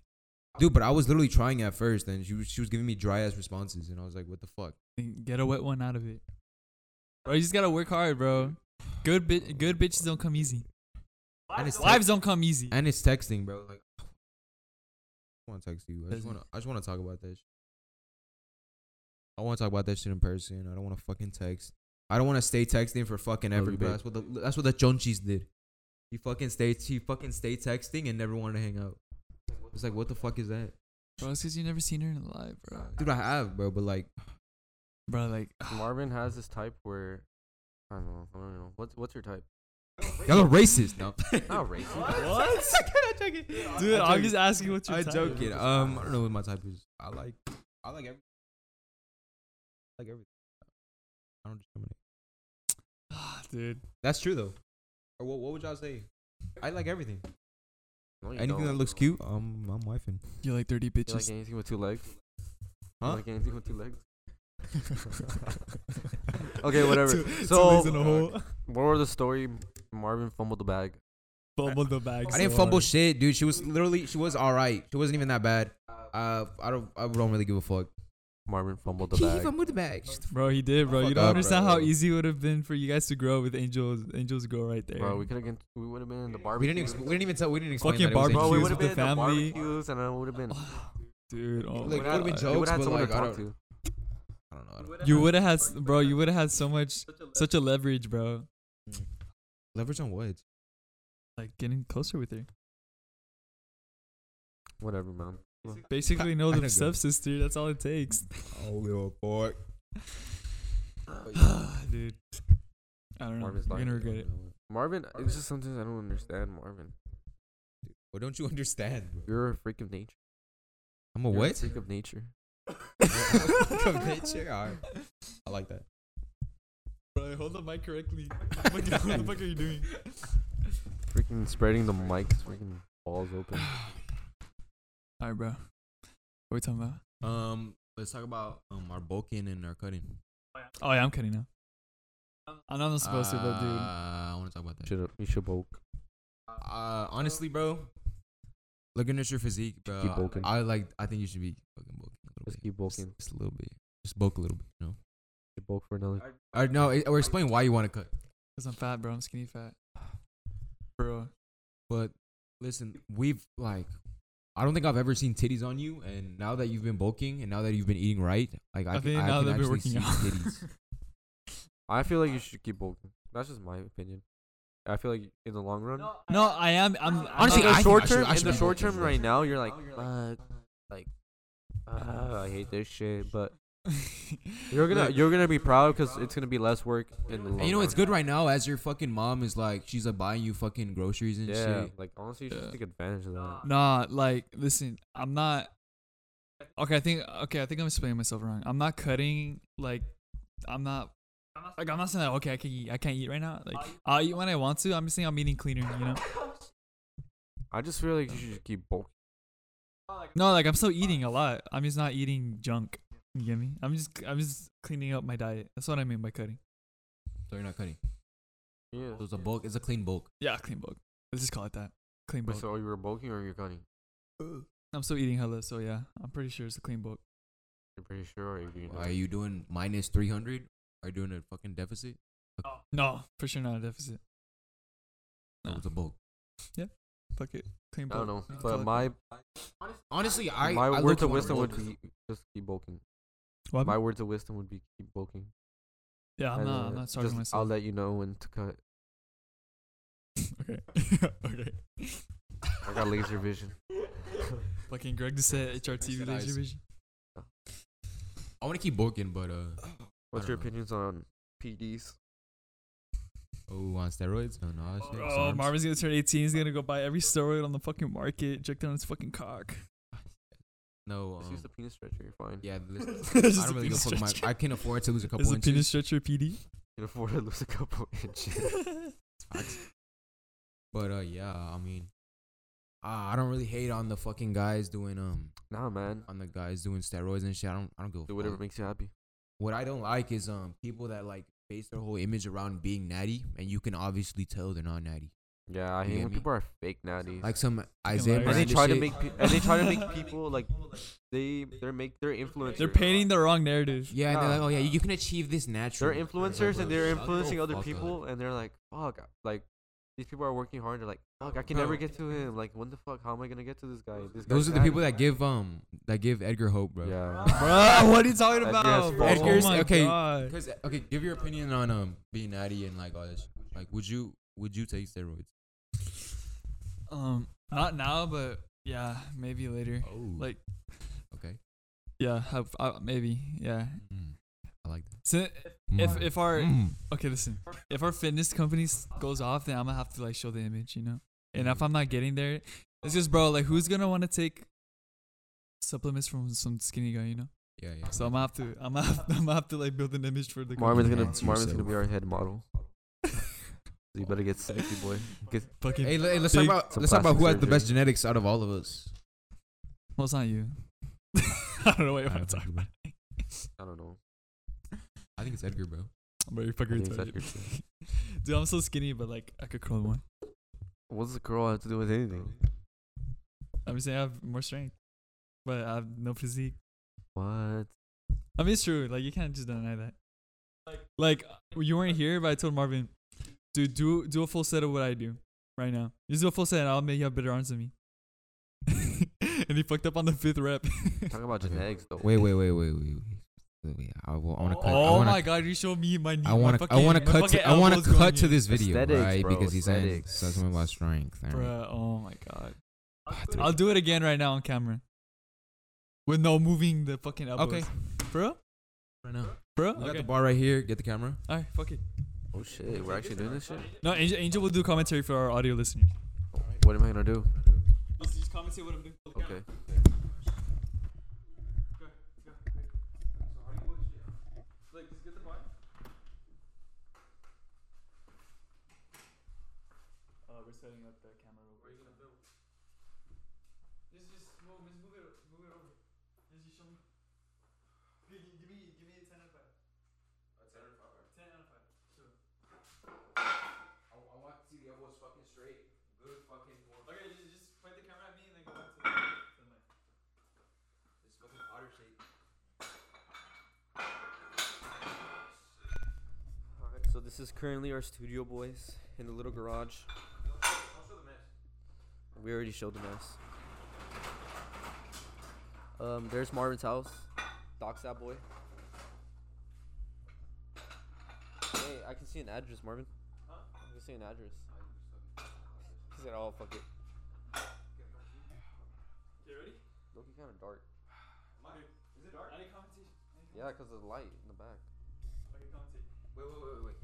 [SPEAKER 2] Dude, but I was literally trying at first, and she was, she was giving me dry ass responses, and I was like, "What the fuck?"
[SPEAKER 1] Think- Get a wet one out of it. Bro, you just gotta work hard, bro. Good bit, good bitches don't come easy.
[SPEAKER 2] And it's
[SPEAKER 1] Lives don't come easy.
[SPEAKER 2] and it's texting, bro. Like, I want to text you. I just
[SPEAKER 1] Doesn't-
[SPEAKER 2] want to. I just want to talk about this. I want to talk about that shit in person. I don't want to fucking text. I don't want to stay texting for fucking
[SPEAKER 3] Love
[SPEAKER 2] ever,
[SPEAKER 3] you,
[SPEAKER 2] bro.
[SPEAKER 3] babe.
[SPEAKER 2] That's what the that's what the Junchies did. He fucking stayed. He fucking stayed texting and never wanted to hang out. It's like, what the fuck is that,
[SPEAKER 1] Bro, it's because you never seen her in life, bro.
[SPEAKER 2] dude? I have, bro, but like,
[SPEAKER 1] Bro, like,
[SPEAKER 3] Marvin has this type where. I don't know. I don't know. What's, what's your type?
[SPEAKER 2] y'all are racist. No,
[SPEAKER 3] Not racist.
[SPEAKER 1] what? Dude,
[SPEAKER 2] I
[SPEAKER 1] I'm
[SPEAKER 2] joke-
[SPEAKER 1] just asking what you're
[SPEAKER 2] I joke it. Um, I don't know what my type is. I like, I like every, I like everything. I don't discriminate.
[SPEAKER 1] Ah, Dude.
[SPEAKER 2] That's true though. Or what, what would y'all say? I like everything.
[SPEAKER 3] No, you
[SPEAKER 2] Anything that
[SPEAKER 3] don't.
[SPEAKER 2] looks cute, um, I'm wifing.
[SPEAKER 1] You like dirty
[SPEAKER 3] You like
[SPEAKER 1] bitches.
[SPEAKER 3] anything with two legs? You
[SPEAKER 2] Huh?
[SPEAKER 3] like anything with two legs? Okay, whatever.
[SPEAKER 1] Two- two
[SPEAKER 3] So-
[SPEAKER 1] legs in a hole.
[SPEAKER 3] Moral of the story: Marvin fumbled the bag.
[SPEAKER 1] fumbled the bag.
[SPEAKER 4] I didn't
[SPEAKER 1] so
[SPEAKER 4] fumble
[SPEAKER 1] hard.
[SPEAKER 4] shit, dude. She was literally, she was all right. She wasn't even that bad. Uh, I don't, I don't really give a fuck.
[SPEAKER 3] Marvin fumbled the
[SPEAKER 4] She
[SPEAKER 3] bag.
[SPEAKER 4] fumbled the bag. She's-
[SPEAKER 1] Bro, he did, bro. You
[SPEAKER 4] Fuck
[SPEAKER 1] don't
[SPEAKER 4] up,
[SPEAKER 1] understand
[SPEAKER 4] bro.
[SPEAKER 1] how easy it would have been for you guys to grow with Angels. Angels grow right there.
[SPEAKER 3] Bro, we could have we would have been in the
[SPEAKER 4] We
[SPEAKER 3] barbecue.
[SPEAKER 4] didn't, exp- we didn't even tell, we didn't explain
[SPEAKER 1] Fucking
[SPEAKER 4] that it was
[SPEAKER 1] barbecues
[SPEAKER 3] Bro, we
[SPEAKER 1] Barbecues
[SPEAKER 4] Asian.
[SPEAKER 3] would have
[SPEAKER 1] with the
[SPEAKER 3] been in the
[SPEAKER 1] family.
[SPEAKER 3] barbecues, and I would have been.
[SPEAKER 1] Dude, oh
[SPEAKER 4] Like,
[SPEAKER 1] my
[SPEAKER 4] it would've been
[SPEAKER 1] God.
[SPEAKER 3] we
[SPEAKER 4] jokes,
[SPEAKER 3] would have
[SPEAKER 4] but,
[SPEAKER 3] had someone
[SPEAKER 4] like,
[SPEAKER 3] to
[SPEAKER 4] I don't-
[SPEAKER 3] talk to.
[SPEAKER 4] I don't know. I don't
[SPEAKER 1] You would have had, s- bro. You would have had so much, such a leverage, bro.
[SPEAKER 4] Leverage on what?
[SPEAKER 1] Like getting closer with her.
[SPEAKER 3] Whatever, man.
[SPEAKER 1] Basically,
[SPEAKER 4] I
[SPEAKER 1] know the
[SPEAKER 4] don't get it.
[SPEAKER 1] stepsister. That's all it takes.
[SPEAKER 4] Oh, little boy.
[SPEAKER 1] Dude, I don't know.
[SPEAKER 3] Marvin's
[SPEAKER 1] You're gonna
[SPEAKER 3] lying.
[SPEAKER 1] regret Mm, it.
[SPEAKER 3] Marvin, it's just sometimes I don't understand, Marvin.
[SPEAKER 4] Well, don't you understand? Bro?
[SPEAKER 3] You're a freak of nature.
[SPEAKER 4] I'm a
[SPEAKER 3] You're A
[SPEAKER 4] what?
[SPEAKER 3] freak of nature.
[SPEAKER 4] Come here, check out. I like that.
[SPEAKER 1] Bro, hold the mic correctly. What the fuck- what the fuck are you doing?
[SPEAKER 3] Freaking spreading the mic, freaking balls open.
[SPEAKER 1] All right, bro. What are we talking about?
[SPEAKER 2] Um, let's talk about um our bulking and our cutting.
[SPEAKER 1] Oh yeah, I'm cutting now. I know I'm not supposed to, but dude,
[SPEAKER 2] Uh, I want to talk about that.
[SPEAKER 3] Shut up. You should bulk.
[SPEAKER 2] Uh, honestly, bro, looking at your physique, bro,
[SPEAKER 3] keep bulking.
[SPEAKER 2] I like. I think you should be fucking bulking a little
[SPEAKER 3] Just
[SPEAKER 2] bit.
[SPEAKER 3] keep bulking.
[SPEAKER 2] Just, just a little bit. Just bulk a little bit. You know.
[SPEAKER 3] You bulk for another.
[SPEAKER 2] Or no, it- or explain why you want to cut.
[SPEAKER 1] cause I'm fat, bro. I'm skinny fat, bro.
[SPEAKER 2] But listen, we've like, I don't think I've ever seen titties on you. And now that you've been bulking, and now that you've been eating right, like I,
[SPEAKER 1] I
[SPEAKER 2] can-
[SPEAKER 1] think
[SPEAKER 2] I
[SPEAKER 1] now
[SPEAKER 2] can
[SPEAKER 1] that we're working
[SPEAKER 2] actually see
[SPEAKER 1] out.
[SPEAKER 2] titties.
[SPEAKER 3] I feel like you should keep bulking. That's just my opinion. I feel like in the long run,
[SPEAKER 1] No, I am. I'm
[SPEAKER 2] Honestly,
[SPEAKER 3] in the
[SPEAKER 2] I think
[SPEAKER 3] short
[SPEAKER 2] I should-
[SPEAKER 3] term,
[SPEAKER 2] I should
[SPEAKER 3] in
[SPEAKER 2] be
[SPEAKER 3] the short
[SPEAKER 2] bulking
[SPEAKER 3] term,
[SPEAKER 2] more.
[SPEAKER 3] right now, you're like, fuck, like, uh, I hate this shit. But you're gonna
[SPEAKER 2] Look.
[SPEAKER 3] you're gonna be proud because it's gonna be less work. In the long
[SPEAKER 2] And you know
[SPEAKER 3] run.
[SPEAKER 2] what's good right now as your fucking mom is like she's like buying you fucking groceries and
[SPEAKER 3] Yeah,
[SPEAKER 2] shit.
[SPEAKER 3] like honestly, you should
[SPEAKER 1] Yeah.
[SPEAKER 3] take advantage of that.
[SPEAKER 1] Nah, like listen, I'm not. Okay, I think okay, I think I'm explaining myself wrong. I'm not cutting like, I'm not. Like I'm not saying that okay I can eat I can't eat right now like I'll eat when I want to I'm just saying I'm eating cleaner you know
[SPEAKER 3] I just feel like you should just keep bulking.
[SPEAKER 1] no like I'm still eating a lot I'm just not eating junk you get me I'm just I'm just cleaning up my diet that's what I mean by cutting
[SPEAKER 2] So you're not cutting.
[SPEAKER 3] Yeah.
[SPEAKER 2] So it's a bulk. It's a clean bulk.
[SPEAKER 1] yeah clean bulk let's just call it that clean
[SPEAKER 3] Wait,
[SPEAKER 1] bulk
[SPEAKER 3] so you were bulking or you're cutting?
[SPEAKER 1] I'm still eating hella so yeah I'm pretty sure it's a clean bulk
[SPEAKER 3] You're pretty sure. If you know.
[SPEAKER 2] Are you doing minus three hundred? Are you doing a fucking deficit?
[SPEAKER 1] no for sure not a deficit
[SPEAKER 2] So
[SPEAKER 1] No.
[SPEAKER 2] it's a bulk.
[SPEAKER 1] fuck it clean
[SPEAKER 3] I
[SPEAKER 1] bulk
[SPEAKER 3] don't know,
[SPEAKER 1] You can call
[SPEAKER 3] but
[SPEAKER 1] it-
[SPEAKER 3] my
[SPEAKER 2] Honestly, I
[SPEAKER 3] my
[SPEAKER 2] I look
[SPEAKER 3] words
[SPEAKER 2] at
[SPEAKER 3] of
[SPEAKER 2] one
[SPEAKER 3] wisdom
[SPEAKER 2] bulk.
[SPEAKER 3] would be just keep bulking.
[SPEAKER 1] What?
[SPEAKER 3] My words of wisdom would be keep bulking.
[SPEAKER 1] yeah Um, I'm
[SPEAKER 3] and,
[SPEAKER 1] not I'm
[SPEAKER 3] uh,
[SPEAKER 1] not starving
[SPEAKER 3] just-
[SPEAKER 1] myself
[SPEAKER 3] I'll let you know when to cut.
[SPEAKER 1] Okay. okay.
[SPEAKER 3] I got laser vision.
[SPEAKER 1] Fucking Greg just said HRTV
[SPEAKER 2] Said
[SPEAKER 1] laser
[SPEAKER 2] eyes.
[SPEAKER 1] vision.
[SPEAKER 2] I want to keep bulking, but uh,
[SPEAKER 3] What's
[SPEAKER 2] don't
[SPEAKER 3] your
[SPEAKER 2] know.
[SPEAKER 3] opinions on PDs?
[SPEAKER 2] oh, on steroids? No, no. I said
[SPEAKER 1] Oh,
[SPEAKER 2] SARMs.
[SPEAKER 1] Marvin's gonna turn 18. He's gonna go buy every steroid on the fucking market, Check down his fucking cock.
[SPEAKER 2] No.
[SPEAKER 3] Just
[SPEAKER 2] um,
[SPEAKER 3] use the penis stretcher. You're fine.
[SPEAKER 2] yeah, listen,
[SPEAKER 1] Just
[SPEAKER 2] I
[SPEAKER 1] a
[SPEAKER 2] don't really go
[SPEAKER 1] penis
[SPEAKER 2] fuck my.
[SPEAKER 1] stretcher.
[SPEAKER 2] I can afford to lose a couple
[SPEAKER 1] Is a
[SPEAKER 2] inches.
[SPEAKER 1] penis stretcher PD?
[SPEAKER 3] You can afford to lose a couple inches.
[SPEAKER 2] But uh, yeah, I mean, uh, I don't really hate on the fucking guys doing um
[SPEAKER 3] nah, man.
[SPEAKER 2] on the guys doing steroids and shit. I don't I don't go.
[SPEAKER 3] Do whatever makes you happy.
[SPEAKER 2] What I don't like is um people that like base their whole image around being natty, and you can obviously tell they're not natty.
[SPEAKER 3] Yeah, I
[SPEAKER 2] You
[SPEAKER 3] hate
[SPEAKER 2] get
[SPEAKER 3] when
[SPEAKER 2] me?
[SPEAKER 3] people are fake nowadays.
[SPEAKER 2] Like some
[SPEAKER 1] liar.
[SPEAKER 2] Isaiah
[SPEAKER 1] And
[SPEAKER 3] and they
[SPEAKER 2] Miranda
[SPEAKER 3] try to
[SPEAKER 2] shit.
[SPEAKER 3] make pe- and they try to make people like they they're make they're influencers.
[SPEAKER 1] They're painting the wrong narrative.
[SPEAKER 2] Yeah, and they're
[SPEAKER 3] Nah.
[SPEAKER 2] like, oh yeah, you can achieve this naturally.
[SPEAKER 3] they're influencers and they're influencing other people and they're like fuck like these people are working hard. They're like fuck I can never
[SPEAKER 2] Bro.
[SPEAKER 3] get to him. Like when the fuck how am I gonna get to this guy? This
[SPEAKER 2] Those are
[SPEAKER 3] guy's
[SPEAKER 2] the people
[SPEAKER 3] daddy."
[SPEAKER 2] that give um that give Edgar hope, bro.
[SPEAKER 3] yeah.
[SPEAKER 1] Bro, what are you talking
[SPEAKER 3] Edgar's
[SPEAKER 1] about?
[SPEAKER 3] fault.
[SPEAKER 2] Edgar's-
[SPEAKER 1] oh my
[SPEAKER 2] okay.
[SPEAKER 1] God.
[SPEAKER 2] Because uh, okay, give your opinion on um being natty and like all this. Like, would you would you take steroids?
[SPEAKER 1] Um, not now, but yeah, maybe later.
[SPEAKER 2] Oh,
[SPEAKER 1] Like,
[SPEAKER 2] okay,
[SPEAKER 1] yeah, have, uh, maybe, yeah.
[SPEAKER 2] Mm. I like that.
[SPEAKER 1] So if
[SPEAKER 2] Mm.
[SPEAKER 1] if our
[SPEAKER 2] Mm.
[SPEAKER 1] Okay, listen. If our fitness company s- goes off, then I'm gonna have to like show the image, you know. And if I'm not getting there, it's just bro, like who's gonna want to take supplements from some skinny guy, you know?
[SPEAKER 2] yeah, yeah.
[SPEAKER 1] So I'm gonna have to, I'm gonna, have, I'm gonna have to like build an image for the. company.
[SPEAKER 3] Marvin's gonna
[SPEAKER 2] Influence
[SPEAKER 3] Marvin's gonna
[SPEAKER 2] yourself.
[SPEAKER 3] be our head model. You better get sexy, boy. Get,
[SPEAKER 1] fucking.
[SPEAKER 2] Hey,
[SPEAKER 1] Hey,
[SPEAKER 2] le- hey, let's
[SPEAKER 1] Big-
[SPEAKER 2] talk about
[SPEAKER 3] Some
[SPEAKER 2] let's talk about
[SPEAKER 3] plastic
[SPEAKER 2] who has the best
[SPEAKER 3] surgery.
[SPEAKER 2] genetics out of all of us.
[SPEAKER 1] well, it's not you. I don't know what you're
[SPEAKER 2] I
[SPEAKER 1] talking about.
[SPEAKER 2] don't
[SPEAKER 3] I don't know.
[SPEAKER 2] I think it's Edgar, bro.
[SPEAKER 1] Bro, you're
[SPEAKER 3] I
[SPEAKER 1] fucking
[SPEAKER 3] think it's
[SPEAKER 1] retarded. Dude, I'm so skinny, but like I could curl one.
[SPEAKER 3] What does a girl have to do with anything?
[SPEAKER 1] I'm just saying I have more strength, but I have no physique.
[SPEAKER 3] What?
[SPEAKER 1] I mean, it's true. Like you can't just deny that. Like you weren't here, but I told Marvin, dude, do do a full set of what I do right now. Just do a full set. And I'll make you have better arms than me. and he fucked up on the fifth rep.
[SPEAKER 3] Talk about
[SPEAKER 2] Okay.
[SPEAKER 3] genetics though.
[SPEAKER 2] Wait, wait, wait, wait, wait. wait. wait I, wa- I want to cut. I
[SPEAKER 1] oh
[SPEAKER 2] wanna,
[SPEAKER 1] my god, you showed me my knee.
[SPEAKER 2] I want to. I want to cut. To, I want to cut to this video,
[SPEAKER 3] Aesthetics,
[SPEAKER 2] right?
[SPEAKER 3] bro,
[SPEAKER 2] because he's saying
[SPEAKER 3] aesthetics.
[SPEAKER 2] something about strength. all right.
[SPEAKER 1] Bruh, oh my god. I'll do it again right now on camera. With no moving the fucking elbows.
[SPEAKER 2] Okay.
[SPEAKER 1] Bro?
[SPEAKER 2] Right now.
[SPEAKER 1] Bro?
[SPEAKER 2] We got
[SPEAKER 1] Okay.
[SPEAKER 2] the bar right here. Get the camera.
[SPEAKER 1] Alright, fuck it.
[SPEAKER 3] Oh shit, we're actually doing this shit.
[SPEAKER 1] No, Angel, Angel will do commentary for our audio listeners.
[SPEAKER 3] What am I gonna do?
[SPEAKER 1] Just commentate what I'm doing.
[SPEAKER 3] Okay.
[SPEAKER 1] Uh, we're setting up the camera. Where are you gonna film? Just, just move, just move it, move it over. Just, just show me. Give, give me, give me a ten out of five. A ten out of five. Ten out of five. Sure. Okay, just, just point the camera at me and then go back to the, to the mic.
[SPEAKER 3] Alright, so this is currently our studio, boys, in the little garage. We already showed the mess. Um, there's Marvin's house. Doc's that boy. Hey, I can see an address, Marvin. Huh? I can see an address.
[SPEAKER 1] Oh,
[SPEAKER 3] He said, "Oh fuck it."
[SPEAKER 1] Okay, ready?
[SPEAKER 3] Looking kind of dark.
[SPEAKER 1] Mike, is it dark? Any commentation?
[SPEAKER 3] Yeah, cause of the light in the back.
[SPEAKER 1] Okay, commentate.
[SPEAKER 2] Wait, wait, wait, wait.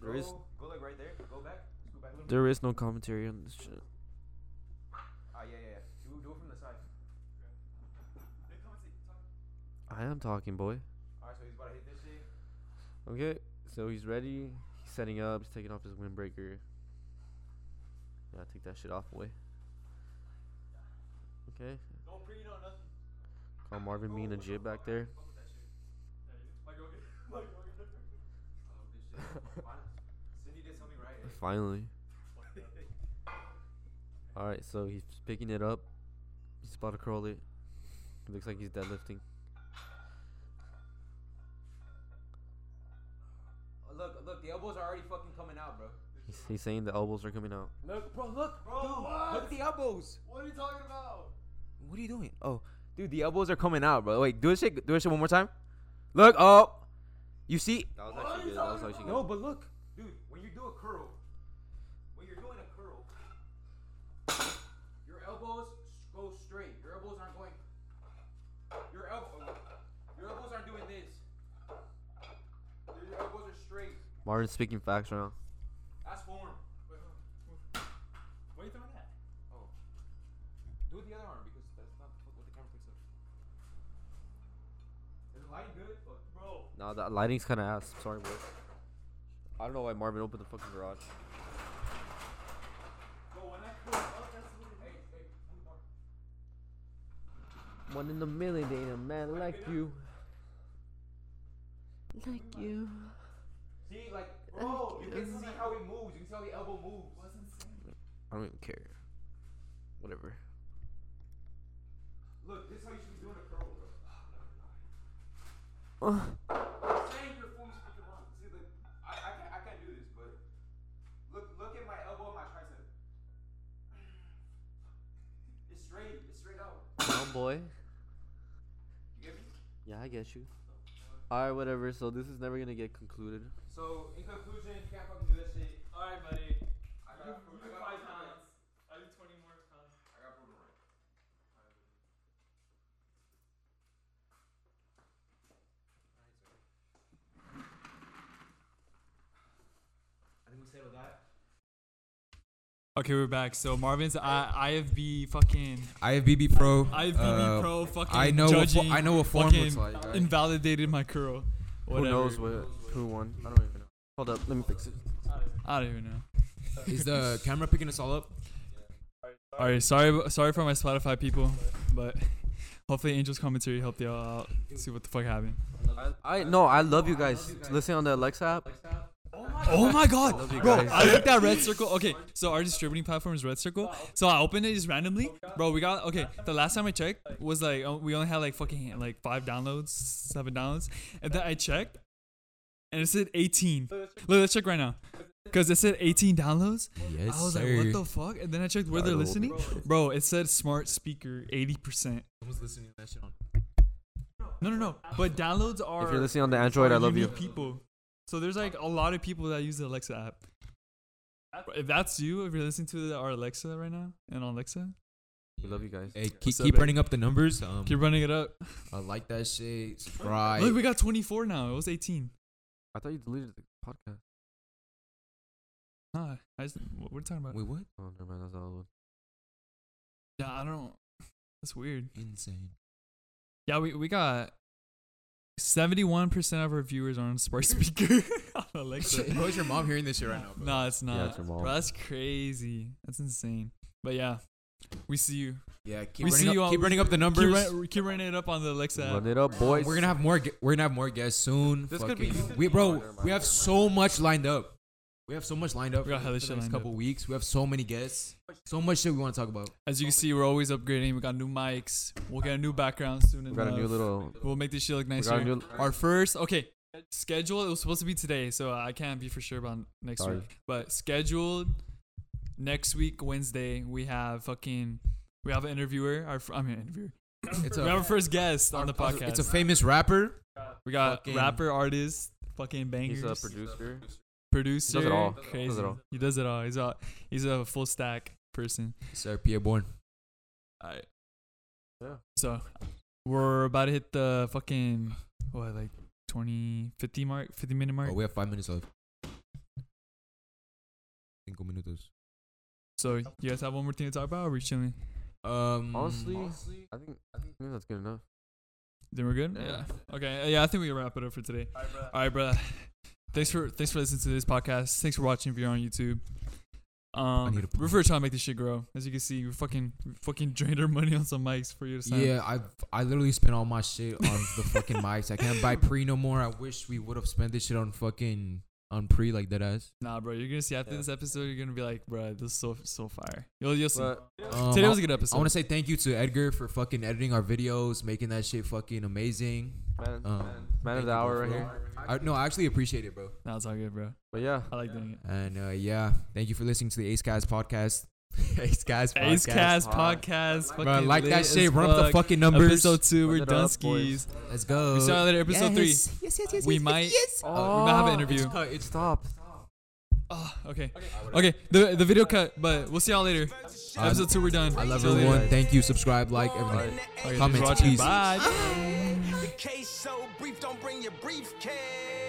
[SPEAKER 3] There is
[SPEAKER 2] Go like right there. Go back. Go back.
[SPEAKER 3] there is no commentary on this shit.
[SPEAKER 2] Ah, yeah, yeah. Do, do it from the side.
[SPEAKER 1] Hey, commentate. Talk.
[SPEAKER 3] I am talking, boy.
[SPEAKER 2] Alright, so he's about to hit this shit.
[SPEAKER 3] Okay, so he's ready. He's setting up. He's taking off his windbreaker. Yeah, take that shit off, boy. Okay,
[SPEAKER 1] Don't bring it on nothing. Oh,
[SPEAKER 3] call Marvin being a jib back there.
[SPEAKER 1] Mike, go get Mike, go get
[SPEAKER 2] Oh, Cindy did something right.
[SPEAKER 3] Finally. All right, so he's picking it up. He's about to curl it. It looks like he's deadlifting.
[SPEAKER 2] Oh, Look, look, the elbows are already fucking coming out, bro.
[SPEAKER 3] He's, he's saying the elbows are coming out.
[SPEAKER 2] Look, bro, look,
[SPEAKER 1] Bro,
[SPEAKER 2] dude,
[SPEAKER 1] what?
[SPEAKER 2] look at the elbows.
[SPEAKER 1] What are you talking about?
[SPEAKER 2] What are you doing? Oh, dude, the elbows are coming out, bro. Wait, do this shit, do this shit one more time. Look, oh, you see?
[SPEAKER 3] That was
[SPEAKER 1] What actually are you good, that was talking actually
[SPEAKER 2] No, but look, dude, when you do a curl, when you're doing a curl, your elbows go straight. Your elbows aren't going. Your elbow, your elbows aren't doing this. Your- Your elbows are straight.
[SPEAKER 3] Marvin's speaking facts right now.
[SPEAKER 2] That's form.
[SPEAKER 1] Wait, hold on. What are you throwing at?
[SPEAKER 2] Oh. Do it the other arm because that's not what what the camera picks up. Is the lighting good? Fuck.
[SPEAKER 1] Bro.
[SPEAKER 3] Nah, that lighting's kind of ass. Sorry, boy. I don't know why Marvin opened the fucking garage.
[SPEAKER 1] Bro, when I pull up, that's what it is.
[SPEAKER 3] One in a million ain't a man like you. Like you.
[SPEAKER 2] See, like, bro, you can see how it moves. You can see how the elbow moves.
[SPEAKER 3] I don't even care. Whatever.
[SPEAKER 2] Look, this is how you should be doing a curl, bro.
[SPEAKER 3] Ugh.
[SPEAKER 2] Saying your form is fucking wrong. See, like, I, I can't, I can't do this, but look, look at my elbow and my tricep. It's straight. It's straight out.
[SPEAKER 3] Come on, boy.
[SPEAKER 2] You get me?
[SPEAKER 3] Yeah, I get you. Alright, whatever. So this is never gonna get concluded.
[SPEAKER 2] So, in conclusion, you can't fucking do that shit.
[SPEAKER 1] Alright, buddy.
[SPEAKER 2] I
[SPEAKER 1] You,
[SPEAKER 2] got,
[SPEAKER 1] you do
[SPEAKER 2] I got, I
[SPEAKER 1] five
[SPEAKER 2] got,
[SPEAKER 1] pounds. I do 20 more pounds.
[SPEAKER 2] I got proven right. I think we settled that.
[SPEAKER 1] Okay, we're back. So Marvin's I IFB fucking
[SPEAKER 2] IFBB Pro.
[SPEAKER 1] IFBB
[SPEAKER 2] uh,
[SPEAKER 1] Pro fucking
[SPEAKER 2] I know. What fo-
[SPEAKER 1] judging
[SPEAKER 2] I know what form
[SPEAKER 1] fucking
[SPEAKER 2] looks like. alright?
[SPEAKER 1] invalidated my curl. Whatever.
[SPEAKER 3] Who knows what? Who won? I don't even know. Hold up, let me fix it.
[SPEAKER 1] I don't even know.
[SPEAKER 2] Is the camera picking us all up?
[SPEAKER 1] All right, sorry, ab- sorry for my Spotify people, but hopefully Angel's commentary helped y'all out. See what the fuck happened.
[SPEAKER 3] I, I no, I love you guys. Listen on the Alexa app.
[SPEAKER 1] Oh my Oh my god,
[SPEAKER 3] Love you
[SPEAKER 1] bro!
[SPEAKER 3] guys.
[SPEAKER 1] I looked at Red Circle. Okay, so our distributing platform is Red Circle. So I opened it just randomly, bro. We got okay. The last time I checked was like oh, we only had like fucking like five downloads, seven downloads, and then I checked, and it said 18. Look, let's check right now, cause it said 18 downloads.
[SPEAKER 2] Yes,
[SPEAKER 1] I was
[SPEAKER 2] sir.
[SPEAKER 1] like, what the fuck? And then I checked where they're listening, bro. It said smart speaker 80%.
[SPEAKER 2] Someone's listening to that shit on.
[SPEAKER 1] No, no, no. But downloads are
[SPEAKER 3] If you're listening on the Android, I
[SPEAKER 1] are
[SPEAKER 3] love you.
[SPEAKER 1] unique People. So there's like a lot of people that use the Alexa app. If that's you, if you're listening to the- our Alexa right now and on Alexa,
[SPEAKER 3] We love you guys.
[SPEAKER 2] Hey, keep,
[SPEAKER 1] What's up,
[SPEAKER 2] keep
[SPEAKER 1] babe?
[SPEAKER 2] running up the numbers. Um,
[SPEAKER 1] keep running it up.
[SPEAKER 2] I like that shit. Subscribe.
[SPEAKER 1] Look, we got 24 now. It was 18.
[SPEAKER 3] I thought you deleted the podcast.
[SPEAKER 1] Huh? I just, what we're talking about?
[SPEAKER 2] Wait, what?
[SPEAKER 3] Oh, never mind. That's the old one.
[SPEAKER 1] Yeah, I don't. That's weird.
[SPEAKER 2] Insane.
[SPEAKER 1] Yeah, we we got 71% of our viewers are on smart speaker on Alexa.
[SPEAKER 2] How is your mom hearing this shit right now? bro?
[SPEAKER 1] No, it's
[SPEAKER 3] Yeah,
[SPEAKER 1] not.
[SPEAKER 3] it's your mom.
[SPEAKER 1] Bro, that's crazy. That's insane. But yeah, we see you.
[SPEAKER 2] Yeah, keep
[SPEAKER 1] We
[SPEAKER 2] running
[SPEAKER 1] see
[SPEAKER 2] up,
[SPEAKER 1] you on-
[SPEAKER 2] keep
[SPEAKER 1] we-
[SPEAKER 2] running up the numbers.
[SPEAKER 1] Keep, run, keep running it up on the Alexa. app.
[SPEAKER 3] Run it up, boys.
[SPEAKER 2] We're gonna have more. gue- We're gonna have more guests soon.
[SPEAKER 3] This could be-
[SPEAKER 2] Fucking-
[SPEAKER 3] this could
[SPEAKER 2] we,
[SPEAKER 3] be-
[SPEAKER 2] bro.
[SPEAKER 3] Never mind,
[SPEAKER 2] we have
[SPEAKER 3] never
[SPEAKER 2] so much lined up. We have so much lined up
[SPEAKER 1] We
[SPEAKER 2] for
[SPEAKER 1] got
[SPEAKER 2] the for
[SPEAKER 1] hella shit
[SPEAKER 2] the next
[SPEAKER 1] lined
[SPEAKER 2] couple weeks. We have so many guests. So much shit we want to talk about.
[SPEAKER 1] As you can see, we're always upgrading. We got new mics. We'll get a new background soon.
[SPEAKER 3] We got a new
[SPEAKER 1] enough.
[SPEAKER 3] little.
[SPEAKER 1] We'll make this shit look
[SPEAKER 3] We got a
[SPEAKER 1] nicer.
[SPEAKER 3] new.
[SPEAKER 1] Our first, okay, schedule. It was supposed to be today, so I can't be for sure about next
[SPEAKER 3] Sorry.
[SPEAKER 1] week. But scheduled next week, Wednesday, we have fucking, we have an interviewer. Our, fr- I mean, interviewer.
[SPEAKER 2] It's
[SPEAKER 1] We have our
[SPEAKER 2] a,
[SPEAKER 1] first guest on the
[SPEAKER 2] it's a-
[SPEAKER 1] podcast.
[SPEAKER 2] it's a famous rapper.
[SPEAKER 1] we got
[SPEAKER 2] fucking-
[SPEAKER 1] rapper, artist, fucking bangers,
[SPEAKER 3] He's a producer.
[SPEAKER 1] producer.
[SPEAKER 3] He does it all.
[SPEAKER 1] Crazy.
[SPEAKER 3] Does it all.
[SPEAKER 1] He does it all. He's a he's a full stack person.
[SPEAKER 2] Sir Pierre Bourne.
[SPEAKER 1] All right.
[SPEAKER 3] Yeah.
[SPEAKER 1] So um, we're about to hit the fucking what like 20 50 mark 50 minute mark.
[SPEAKER 2] Oh, we have five minutes left. Cinco minutos.
[SPEAKER 1] So you guys have one more thing to talk about or we chilling?
[SPEAKER 2] Um,
[SPEAKER 3] Honestly, I think I think that's good enough.
[SPEAKER 1] Then we're good?
[SPEAKER 3] Yeah.
[SPEAKER 1] Okay. Yeah, I think we can wrap it up for today. All right, bro. Thanks for thanks for listening to this podcast. Thanks for watching if you're on YouTube.
[SPEAKER 2] need
[SPEAKER 1] Um,
[SPEAKER 2] a
[SPEAKER 1] we're for trying to make this shit grow. As you can see, we fucking we fucking drained our money on some mics for you to sign.
[SPEAKER 2] Yeah, I I literally spent all my shit on the fucking mics. I can't buy pre no more. I wish we would have spent this shit on fucking on pre like that ass.
[SPEAKER 1] Nah, bro. You're gonna see after
[SPEAKER 3] Yeah.
[SPEAKER 1] this episode, you're gonna be like, bro, this is so so fire. You'll you'll see.
[SPEAKER 3] But
[SPEAKER 2] Um,
[SPEAKER 1] today
[SPEAKER 2] I-
[SPEAKER 1] was a good episode.
[SPEAKER 2] I want to say thank you to Edgar for fucking editing our videos, making that shit fucking amazing.
[SPEAKER 3] man,
[SPEAKER 2] Um,
[SPEAKER 3] man of the hour right here.
[SPEAKER 2] I, no, I actually appreciate it, bro.
[SPEAKER 1] Nah, it's all good, bro.
[SPEAKER 3] But yeah,
[SPEAKER 1] I like doing it.
[SPEAKER 2] And uh, yeah, thank you for listening to the Ace Guys podcast. Ace Guys podcast.
[SPEAKER 1] Ace Cast
[SPEAKER 3] Pod.
[SPEAKER 1] podcast.
[SPEAKER 2] Bro,
[SPEAKER 1] fucking
[SPEAKER 2] like that
[SPEAKER 1] lit
[SPEAKER 2] shit.
[SPEAKER 1] as
[SPEAKER 2] Run up the
[SPEAKER 1] fuck.
[SPEAKER 2] fucking numbers.
[SPEAKER 1] Episode two,
[SPEAKER 3] Run
[SPEAKER 1] we're
[SPEAKER 3] it
[SPEAKER 1] done
[SPEAKER 3] up, boys.
[SPEAKER 1] skis.
[SPEAKER 2] Let's go.
[SPEAKER 1] We saw later. Episode three.
[SPEAKER 2] Uh, Yes, yes, yes, yes.
[SPEAKER 1] We
[SPEAKER 2] yes,
[SPEAKER 1] might-
[SPEAKER 2] Yes.
[SPEAKER 1] Uh, we might have an
[SPEAKER 3] Oh,
[SPEAKER 1] interview.
[SPEAKER 2] It's cut. It's
[SPEAKER 3] stop.
[SPEAKER 1] Oh, okay. Okay. The the video cut, but we'll see y'all later.
[SPEAKER 2] I-
[SPEAKER 1] Episode two, we're done.
[SPEAKER 2] I love
[SPEAKER 1] See y'all later.
[SPEAKER 2] everyone. Thank you. Subscribe, like, everything.
[SPEAKER 1] Oh, Okay, thanks for
[SPEAKER 2] Comments,
[SPEAKER 1] watching.
[SPEAKER 2] please.
[SPEAKER 1] Bye.
[SPEAKER 6] The case so brief, don't bring your briefcase.